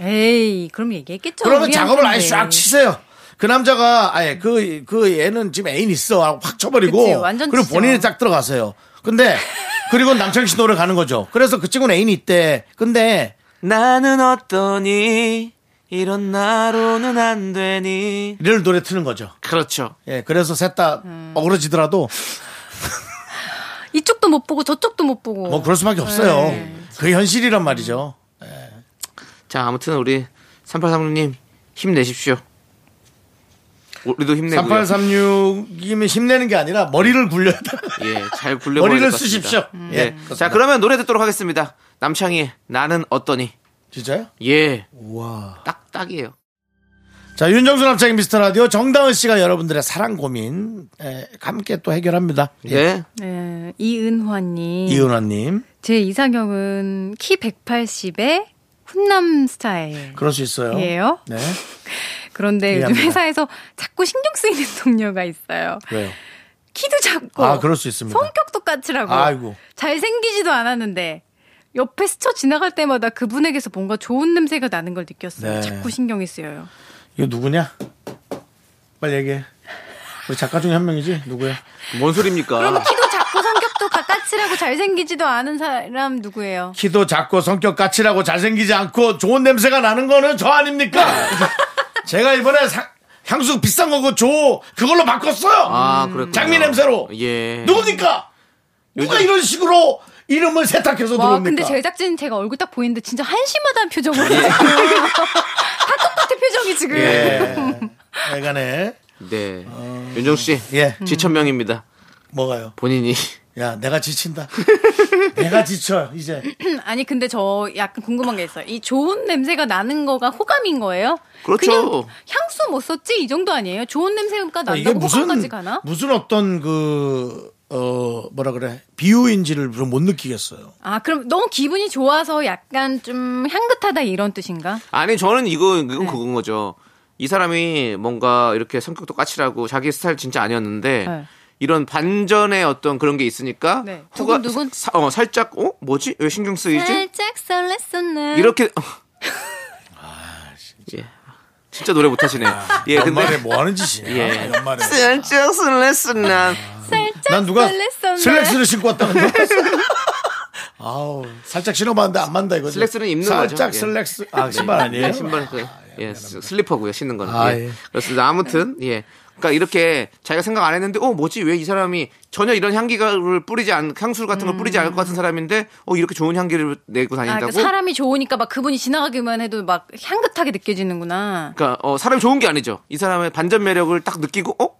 Speaker 6: 에이 그럼 얘기했겠죠.
Speaker 1: 그러면
Speaker 6: 우리
Speaker 1: 작업을 아예
Speaker 6: 한테인데.
Speaker 1: 쫙 치세요. 그 남자가 아예 그, 그 얘는 지금 애인 있어. 하고 확
Speaker 6: 그치,
Speaker 1: 쳐버리고.
Speaker 6: 완전
Speaker 1: 그리고
Speaker 6: 치죠.
Speaker 1: 본인이 딱 들어가세요. 근데, 그리고 남창희 씨 노래 가는 거죠. 그래서 그 친구는 애인이 있대. 근데,
Speaker 2: 나는 어떠니 이런 나로는 안 되니
Speaker 1: 이럴 노래 트는 거죠.
Speaker 2: 그렇죠.
Speaker 1: 예, 그래서 셋 다
Speaker 6: 음.
Speaker 1: 어그러지더라도
Speaker 6: 이쪽도 못 보고 저쪽도 못 보고.
Speaker 1: 뭐 그럴 수밖에 없어요.
Speaker 6: 네.
Speaker 1: 그게 현실이란 말이죠.
Speaker 2: 자 아무튼 우리 3836님 힘내십시오. 우리도 힘내고요.
Speaker 1: 3836이면 힘내는 게 아니라 머리를 굴려야 돼. (laughs)
Speaker 2: 예, 잘 굴려
Speaker 1: 머리를 쓰십시오. 예.
Speaker 2: 예. 자 그러면 노래 듣도록 하겠습니다. 남창희 나는 어떠니
Speaker 1: 진짜요?
Speaker 2: 예
Speaker 1: 우와.
Speaker 2: 딱딱이에요.
Speaker 1: 자, 윤정수 남창인 미스터 라디오 정다은 씨가 여러분들의 사랑 고민 에, 함께 또 해결합니다. 예.
Speaker 2: 예.
Speaker 6: 네, 이은화님.
Speaker 1: 이은화님,
Speaker 6: 제 이상형은 키 180에 훈남 스타일.
Speaker 1: 그럴 수 있어요.
Speaker 6: 예요?
Speaker 1: 네.
Speaker 6: 그런데 요즘
Speaker 1: 이해합니다.
Speaker 6: 회사에서 자꾸 신경 쓰이는 (laughs) 동료가 있어요.
Speaker 1: 왜요?
Speaker 6: 키도 작고.
Speaker 1: 아, 그럴 수 있습니다.
Speaker 6: 성격도 까칠하고.
Speaker 1: 아이고.
Speaker 6: 잘생기지도 않았는데. 옆에 스쳐 지나갈 때마다 그분에게서 뭔가 좋은 냄새가 나는 걸 느꼈어요.
Speaker 1: 네. 아.
Speaker 6: 자꾸 신경이 쓰여요.
Speaker 1: 이거 누구냐? 빨리 얘기해. 우리 작가 중에 한 명이지? 누구야?
Speaker 2: 뭔 소리입니까?
Speaker 6: 그럼 키도 작고 성격도 까- 까칠하고 잘생기지도 않은 사람 누구예요?
Speaker 1: 키도 작고 성격 까칠하고 잘생기지 않고 좋은 냄새가 나는 거는 저 아닙니까? 제가 이번에 사- 향수 비싼 거고 조 그걸로 바꿨어요.
Speaker 2: 아, 그랬구나.
Speaker 1: 장미 냄새로.
Speaker 2: 예.
Speaker 1: 누굽니까? 누가 이런 식으로 이름을 세탁해서
Speaker 6: 와,
Speaker 1: 들어옵니까?
Speaker 6: 근데 제작진 제가 얼굴 딱 보이는데 진짜 한심하다는 표정으로. (laughs) 다 똑같은 표정이 지금.
Speaker 1: 예. 애간에
Speaker 2: 네. 윤정 씨.
Speaker 1: 예.
Speaker 2: 지천명입니다.
Speaker 1: 뭐가요?
Speaker 2: 본인이. (laughs)
Speaker 1: 야, 내가
Speaker 6: (laughs)
Speaker 1: 지친다. 내가 지쳐 이제.
Speaker 6: (clears throat) 아니 근데 저 약간 궁금한 게 있어요. 이 좋은 냄새가 나는 거가 호감인 거예요?
Speaker 2: 그렇죠.
Speaker 6: 냥 향수 못 썼지 이 정도 아니에요? 좋은 냄새가
Speaker 1: 어, 이게
Speaker 6: 난다고
Speaker 1: 무슨
Speaker 6: 호감까지 가나?
Speaker 1: 무슨 어떤 그 어, 뭐라 그래? 비유인지를 별로 못 느끼겠어요.
Speaker 6: 아 그럼 너무 기분이 좋아서 약간 좀 향긋하다 이런 뜻인가?
Speaker 2: 아니, 저는 이거,
Speaker 6: 네.
Speaker 2: 이건 그건 거죠. 이 사람이 뭔가 이렇게 성격도 까칠하고 자기 스타일 진짜 아니었는데
Speaker 6: 네.
Speaker 2: 이런 반전의 어떤 그런 게 있으니까
Speaker 6: 네.
Speaker 2: 후가
Speaker 6: 두근두근?
Speaker 2: 사- 어, 살짝 어 뭐지 왜 신경 쓰이지
Speaker 6: 살짝 설렜었네.
Speaker 2: 이렇게 어. 예. 진짜 노래 못하시네요. 예, 근데
Speaker 1: 연말에 뭐 하는 짓이냐?
Speaker 2: 예.
Speaker 1: 연말에.
Speaker 2: 살짝 설렜으나
Speaker 6: 살짝
Speaker 1: 난 누가
Speaker 6: 설렜었네.
Speaker 1: 슬랙스를 신고 왔다는 거. (laughs) 아우 살짝 신어봤는데 안 맞는다 이거죠.
Speaker 2: 슬랙스는 입는
Speaker 1: 살짝
Speaker 2: 거죠.
Speaker 1: 슬랙스 아 신발 아니에요?
Speaker 2: 네, 신발 그, 예, 슬리퍼고요 신는 거는.
Speaker 1: 아,
Speaker 2: 예.
Speaker 1: 예.
Speaker 2: 그렇습니다. 아무튼 예. 그러니까 이렇게 자기가 생각 안 했는데 어 뭐지 왜 이 사람이 전혀 이런 향기를 뿌리지 않 향수 같은 걸 뿌리지 않을 것 같은 사람인데 어 이렇게 좋은 향기를 내고
Speaker 6: 아,
Speaker 2: 다닌다고. 뭐.
Speaker 6: 그러니까 사람이 좋으니까 막 그분이 지나가기만 해도 막 향긋하게 느껴지는구나.
Speaker 2: 그러니까 어, 사람이 좋은 게 아니죠. 이 사람의 반전 매력을 딱 느끼고 어?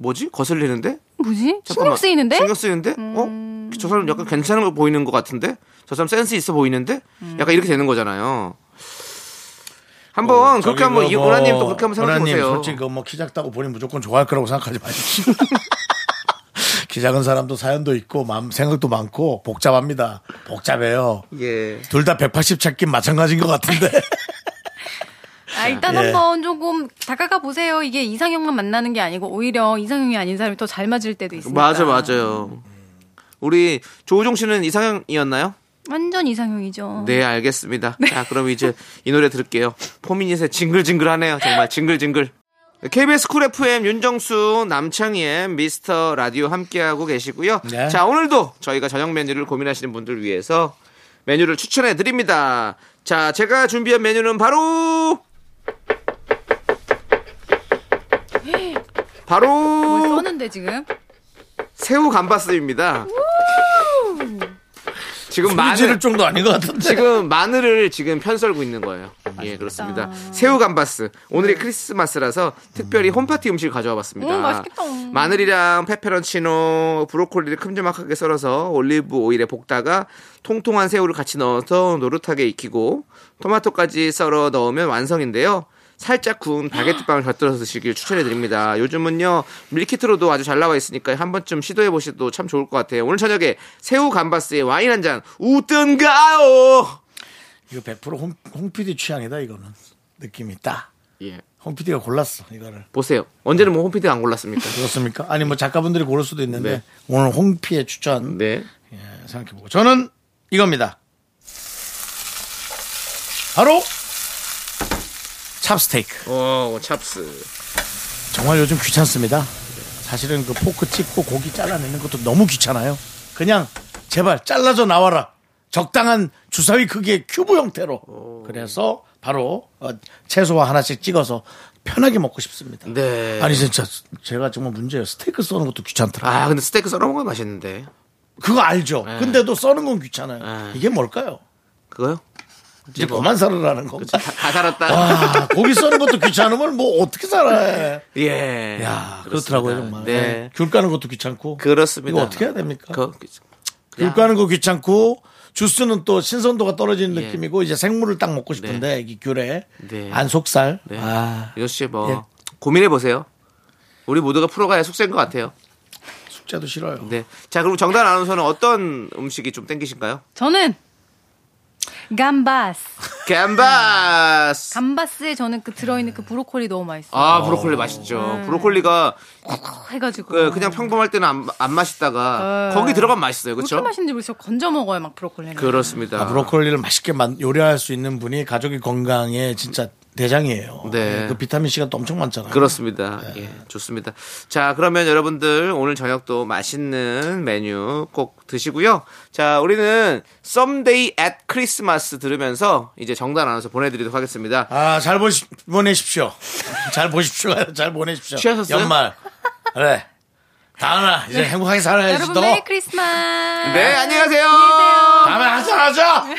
Speaker 2: 뭐지? 거슬리는데?
Speaker 6: 뭐지? 신경
Speaker 2: 잠깐만.
Speaker 6: 쓰이는데? 음.
Speaker 2: 신경 쓰이는데? 어? 저 사람 약간 괜찮은 거 보이는 것 같은데? 저 사람 센스 있어 보이는데?
Speaker 6: 음.
Speaker 2: 약간 이렇게 되는 거잖아요. 한번
Speaker 1: 음, 저기
Speaker 2: 그렇게 한번
Speaker 1: 그거
Speaker 2: 이 오나님도 그렇게 한번 생각해
Speaker 1: 뭐 오나님,
Speaker 2: 보세요.
Speaker 1: 솔직히 뭐키 작다고 본인 무조건 좋아할 거라고 생각하지 마십시오. (laughs) 키 작은 사람도 사연도 있고 마음 생각도 많고 복잡합니다. 복잡해요.
Speaker 2: 예.
Speaker 1: 둘 다 180 찾긴 마찬가지인 것 같은데.
Speaker 2: (laughs)
Speaker 6: 아, 일단
Speaker 1: 예.
Speaker 6: 한번 조금 다가가 보세요. 이게 이상형만 만나는 게 아니고 오히려 이상형이 아닌 사람이 더 잘 맞을 때도 있습니다.
Speaker 2: 맞아
Speaker 1: 음.
Speaker 2: 맞아요. 우리 조우종 씨는 이상형이었나요?
Speaker 6: 완전 이상형이죠.
Speaker 2: 네 알겠습니다. 자 그럼 이제 이 노래 들을게요. 포미닛의 징글징글하네요. 정말 징글징글. KBS 쿨 FM 윤정수 남창희의 미스터 라디오 함께하고 계시고요.
Speaker 1: 네.
Speaker 2: 자 오늘도 저희가 저녁 메뉴를 고민하시는 분들 위해서 메뉴를 추천해 드립니다. 자 제가 준비한 메뉴는 바로
Speaker 6: 뭘
Speaker 2: 바로
Speaker 6: 써는데 지금?
Speaker 2: 새우 감바스입니다. 지금
Speaker 1: (laughs)
Speaker 2: 마늘
Speaker 1: 마지를 정도 아닌 것 같은데.
Speaker 2: (laughs) 지금 마늘을 지금 편 썰고 있는 거예요. 예, 그렇습니다. 네. 새우 감바스. 오늘이 크리스마스라서 특별히 홈파티 음식을 가져와 봤습니다.
Speaker 6: 음, 맛있겠다.
Speaker 2: 마늘이랑 페페론치노, 브로콜리를 큼지막하게 썰어서 올리브 오일에 볶다가 통통한 새우를 같이 넣어서 노릇하게 익히고 토마토까지 썰어 넣으면 완성인데요. 살짝 구운 바게트 빵을 곁들여서 드시길 추천해 드립니다. 요즘은요 밀키트로도 아주 잘 나와 있으니까 한 번쯤 시도해 보셔도 참 좋을 것 같아요. 오늘 저녁에 새우 감바스에 와인 한 잔 우든가요?
Speaker 1: (laughs) 이거 100%홍 홍 PD 취향이다 이거는 느낌이 딱.
Speaker 2: 예.
Speaker 1: 홍 PD가 골랐어 이거를.
Speaker 2: 보세요. 언제는 뭐 홈피드 안 골랐습니까?
Speaker 1: 그렇습니까? 아니 뭐 작가분들이 고를 수도 있는데
Speaker 2: 네.
Speaker 1: 오늘 홍 PD의 추천
Speaker 2: 네.
Speaker 1: 예, 생각해보고 저는 이겁니다. 바로 찹스테이크.
Speaker 2: 어, 찹스.
Speaker 1: 정말 요즘 귀찮습니다. 사실은 그 포크 찍고 고기 잘라내는 것도 너무 귀찮아요. 그냥 제발 잘라져 나와라. 적당한 주사위 크기의 큐브 형태로. 그래서 바로 어, 채소와 하나씩 찍어서 편하게 먹고 싶습니다.
Speaker 2: 네.
Speaker 1: 아니 진짜 제가 정말 문제예요. 스테이크 써는 것도 귀찮더라고요.
Speaker 2: 아, 네. 근데 스테이크 썰어 먹으면 맛있는데.
Speaker 1: 그거 알죠. 근데도 써는 건 귀찮아요.
Speaker 2: 네.
Speaker 1: 이게 뭘까요?
Speaker 2: 그거요?
Speaker 1: 이제 그만 살으라는 건가?
Speaker 2: 뭐. 다, 다 살았다.
Speaker 1: 아, 고기 써는 것도 귀찮으면 뭐 어떻게 살아?
Speaker 2: 예.
Speaker 1: 야, 그렇더라고요 정말.
Speaker 2: 네.
Speaker 1: 네. 귤 까는 것도 귀찮고.
Speaker 2: 그렇습니다.
Speaker 1: 이거 어떻게 해야 됩니까?
Speaker 2: 그, 그,
Speaker 1: 귤
Speaker 2: 그냥-
Speaker 1: 까는 거 귀찮고 주스는 또 신선도가 떨어지는
Speaker 2: 예.
Speaker 1: 느낌이고 이제 생물을 딱 먹고 싶은데 이 귤에
Speaker 2: 네.
Speaker 1: 안 속살.
Speaker 2: 네.
Speaker 1: 아,
Speaker 2: 이것이 뭐,
Speaker 1: 예.
Speaker 2: 고민해보세요. 우리 모두가 풀어가야 숙제인 것 같아요.
Speaker 1: 숙제도 싫어요.
Speaker 2: 네. 자, 그럼 정단 아나운서는 어떤 음식이 좀 땡기신가요?
Speaker 6: 저는 감바스.
Speaker 2: 갬바스!
Speaker 6: 감바스에 저는 그 들어있는 그 브로콜리 너무 맛있어.
Speaker 2: 아, 브로콜리 맛있죠.
Speaker 6: 음.
Speaker 2: 브로콜리가
Speaker 6: 해가지고.
Speaker 2: 그- 그냥 평범할 때는 안, 안 맛있다가 거기 들어가면 맛있어요.
Speaker 6: 렇
Speaker 2: 그렇죠?
Speaker 6: 게 음. 맛있는지 모르겠어. 건져 먹어요 막 브로콜리는.
Speaker 2: 그렇습니다.
Speaker 1: 아, 브로콜리를 맛있게 만- 요리할 수 있는 분이 가족의 건강에 진짜 대장이에요.
Speaker 2: 네.
Speaker 1: 그 비타민 C가 또 엄청 많잖아요.
Speaker 2: 그렇습니다. 예, 좋습니다. 자, 그러면 여러분들 오늘 저녁도 맛있는 메뉴 꼭 드시고요. 자, 우리는 Someday at Christmas 들으면서 이제 정단 아나운서 보내드리도록 하겠습니다.
Speaker 1: 아, 잘 보시, 보내십시오. 잘 보십시오. (laughs) 잘 보내십시오.
Speaker 2: 취하셨어요?
Speaker 1: 연말. 그래. 다은아, 이제 행복하게 살아야지, 너.
Speaker 6: 여러분 네, 메리 크리스마스.
Speaker 2: 네, 안녕하세요.
Speaker 1: 다음에 하자, 하자!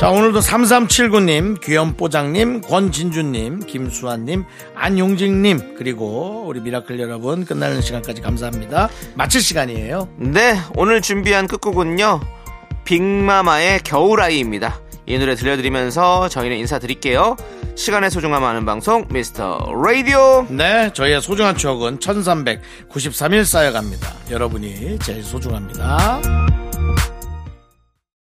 Speaker 1: 자, 오늘도 3379님, 귀염뽀장님, 권진주님, 김수환님, 안용직님, 그리고 우리 미라클 여러분, 끝나는 시간까지 감사합니다. 마칠 시간이에요.
Speaker 2: 네, 오늘 준비한 끝곡은요. 빅마마의 겨울아이입니다. 이 노래 들려드리면서 저희는 인사드릴게요. 시간의 소중함 아는 방송, 미스터 라디오.
Speaker 1: 네, 저희의 소중한 추억은 1393일 쌓여갑니다. 여러분이 제일 소중합니다.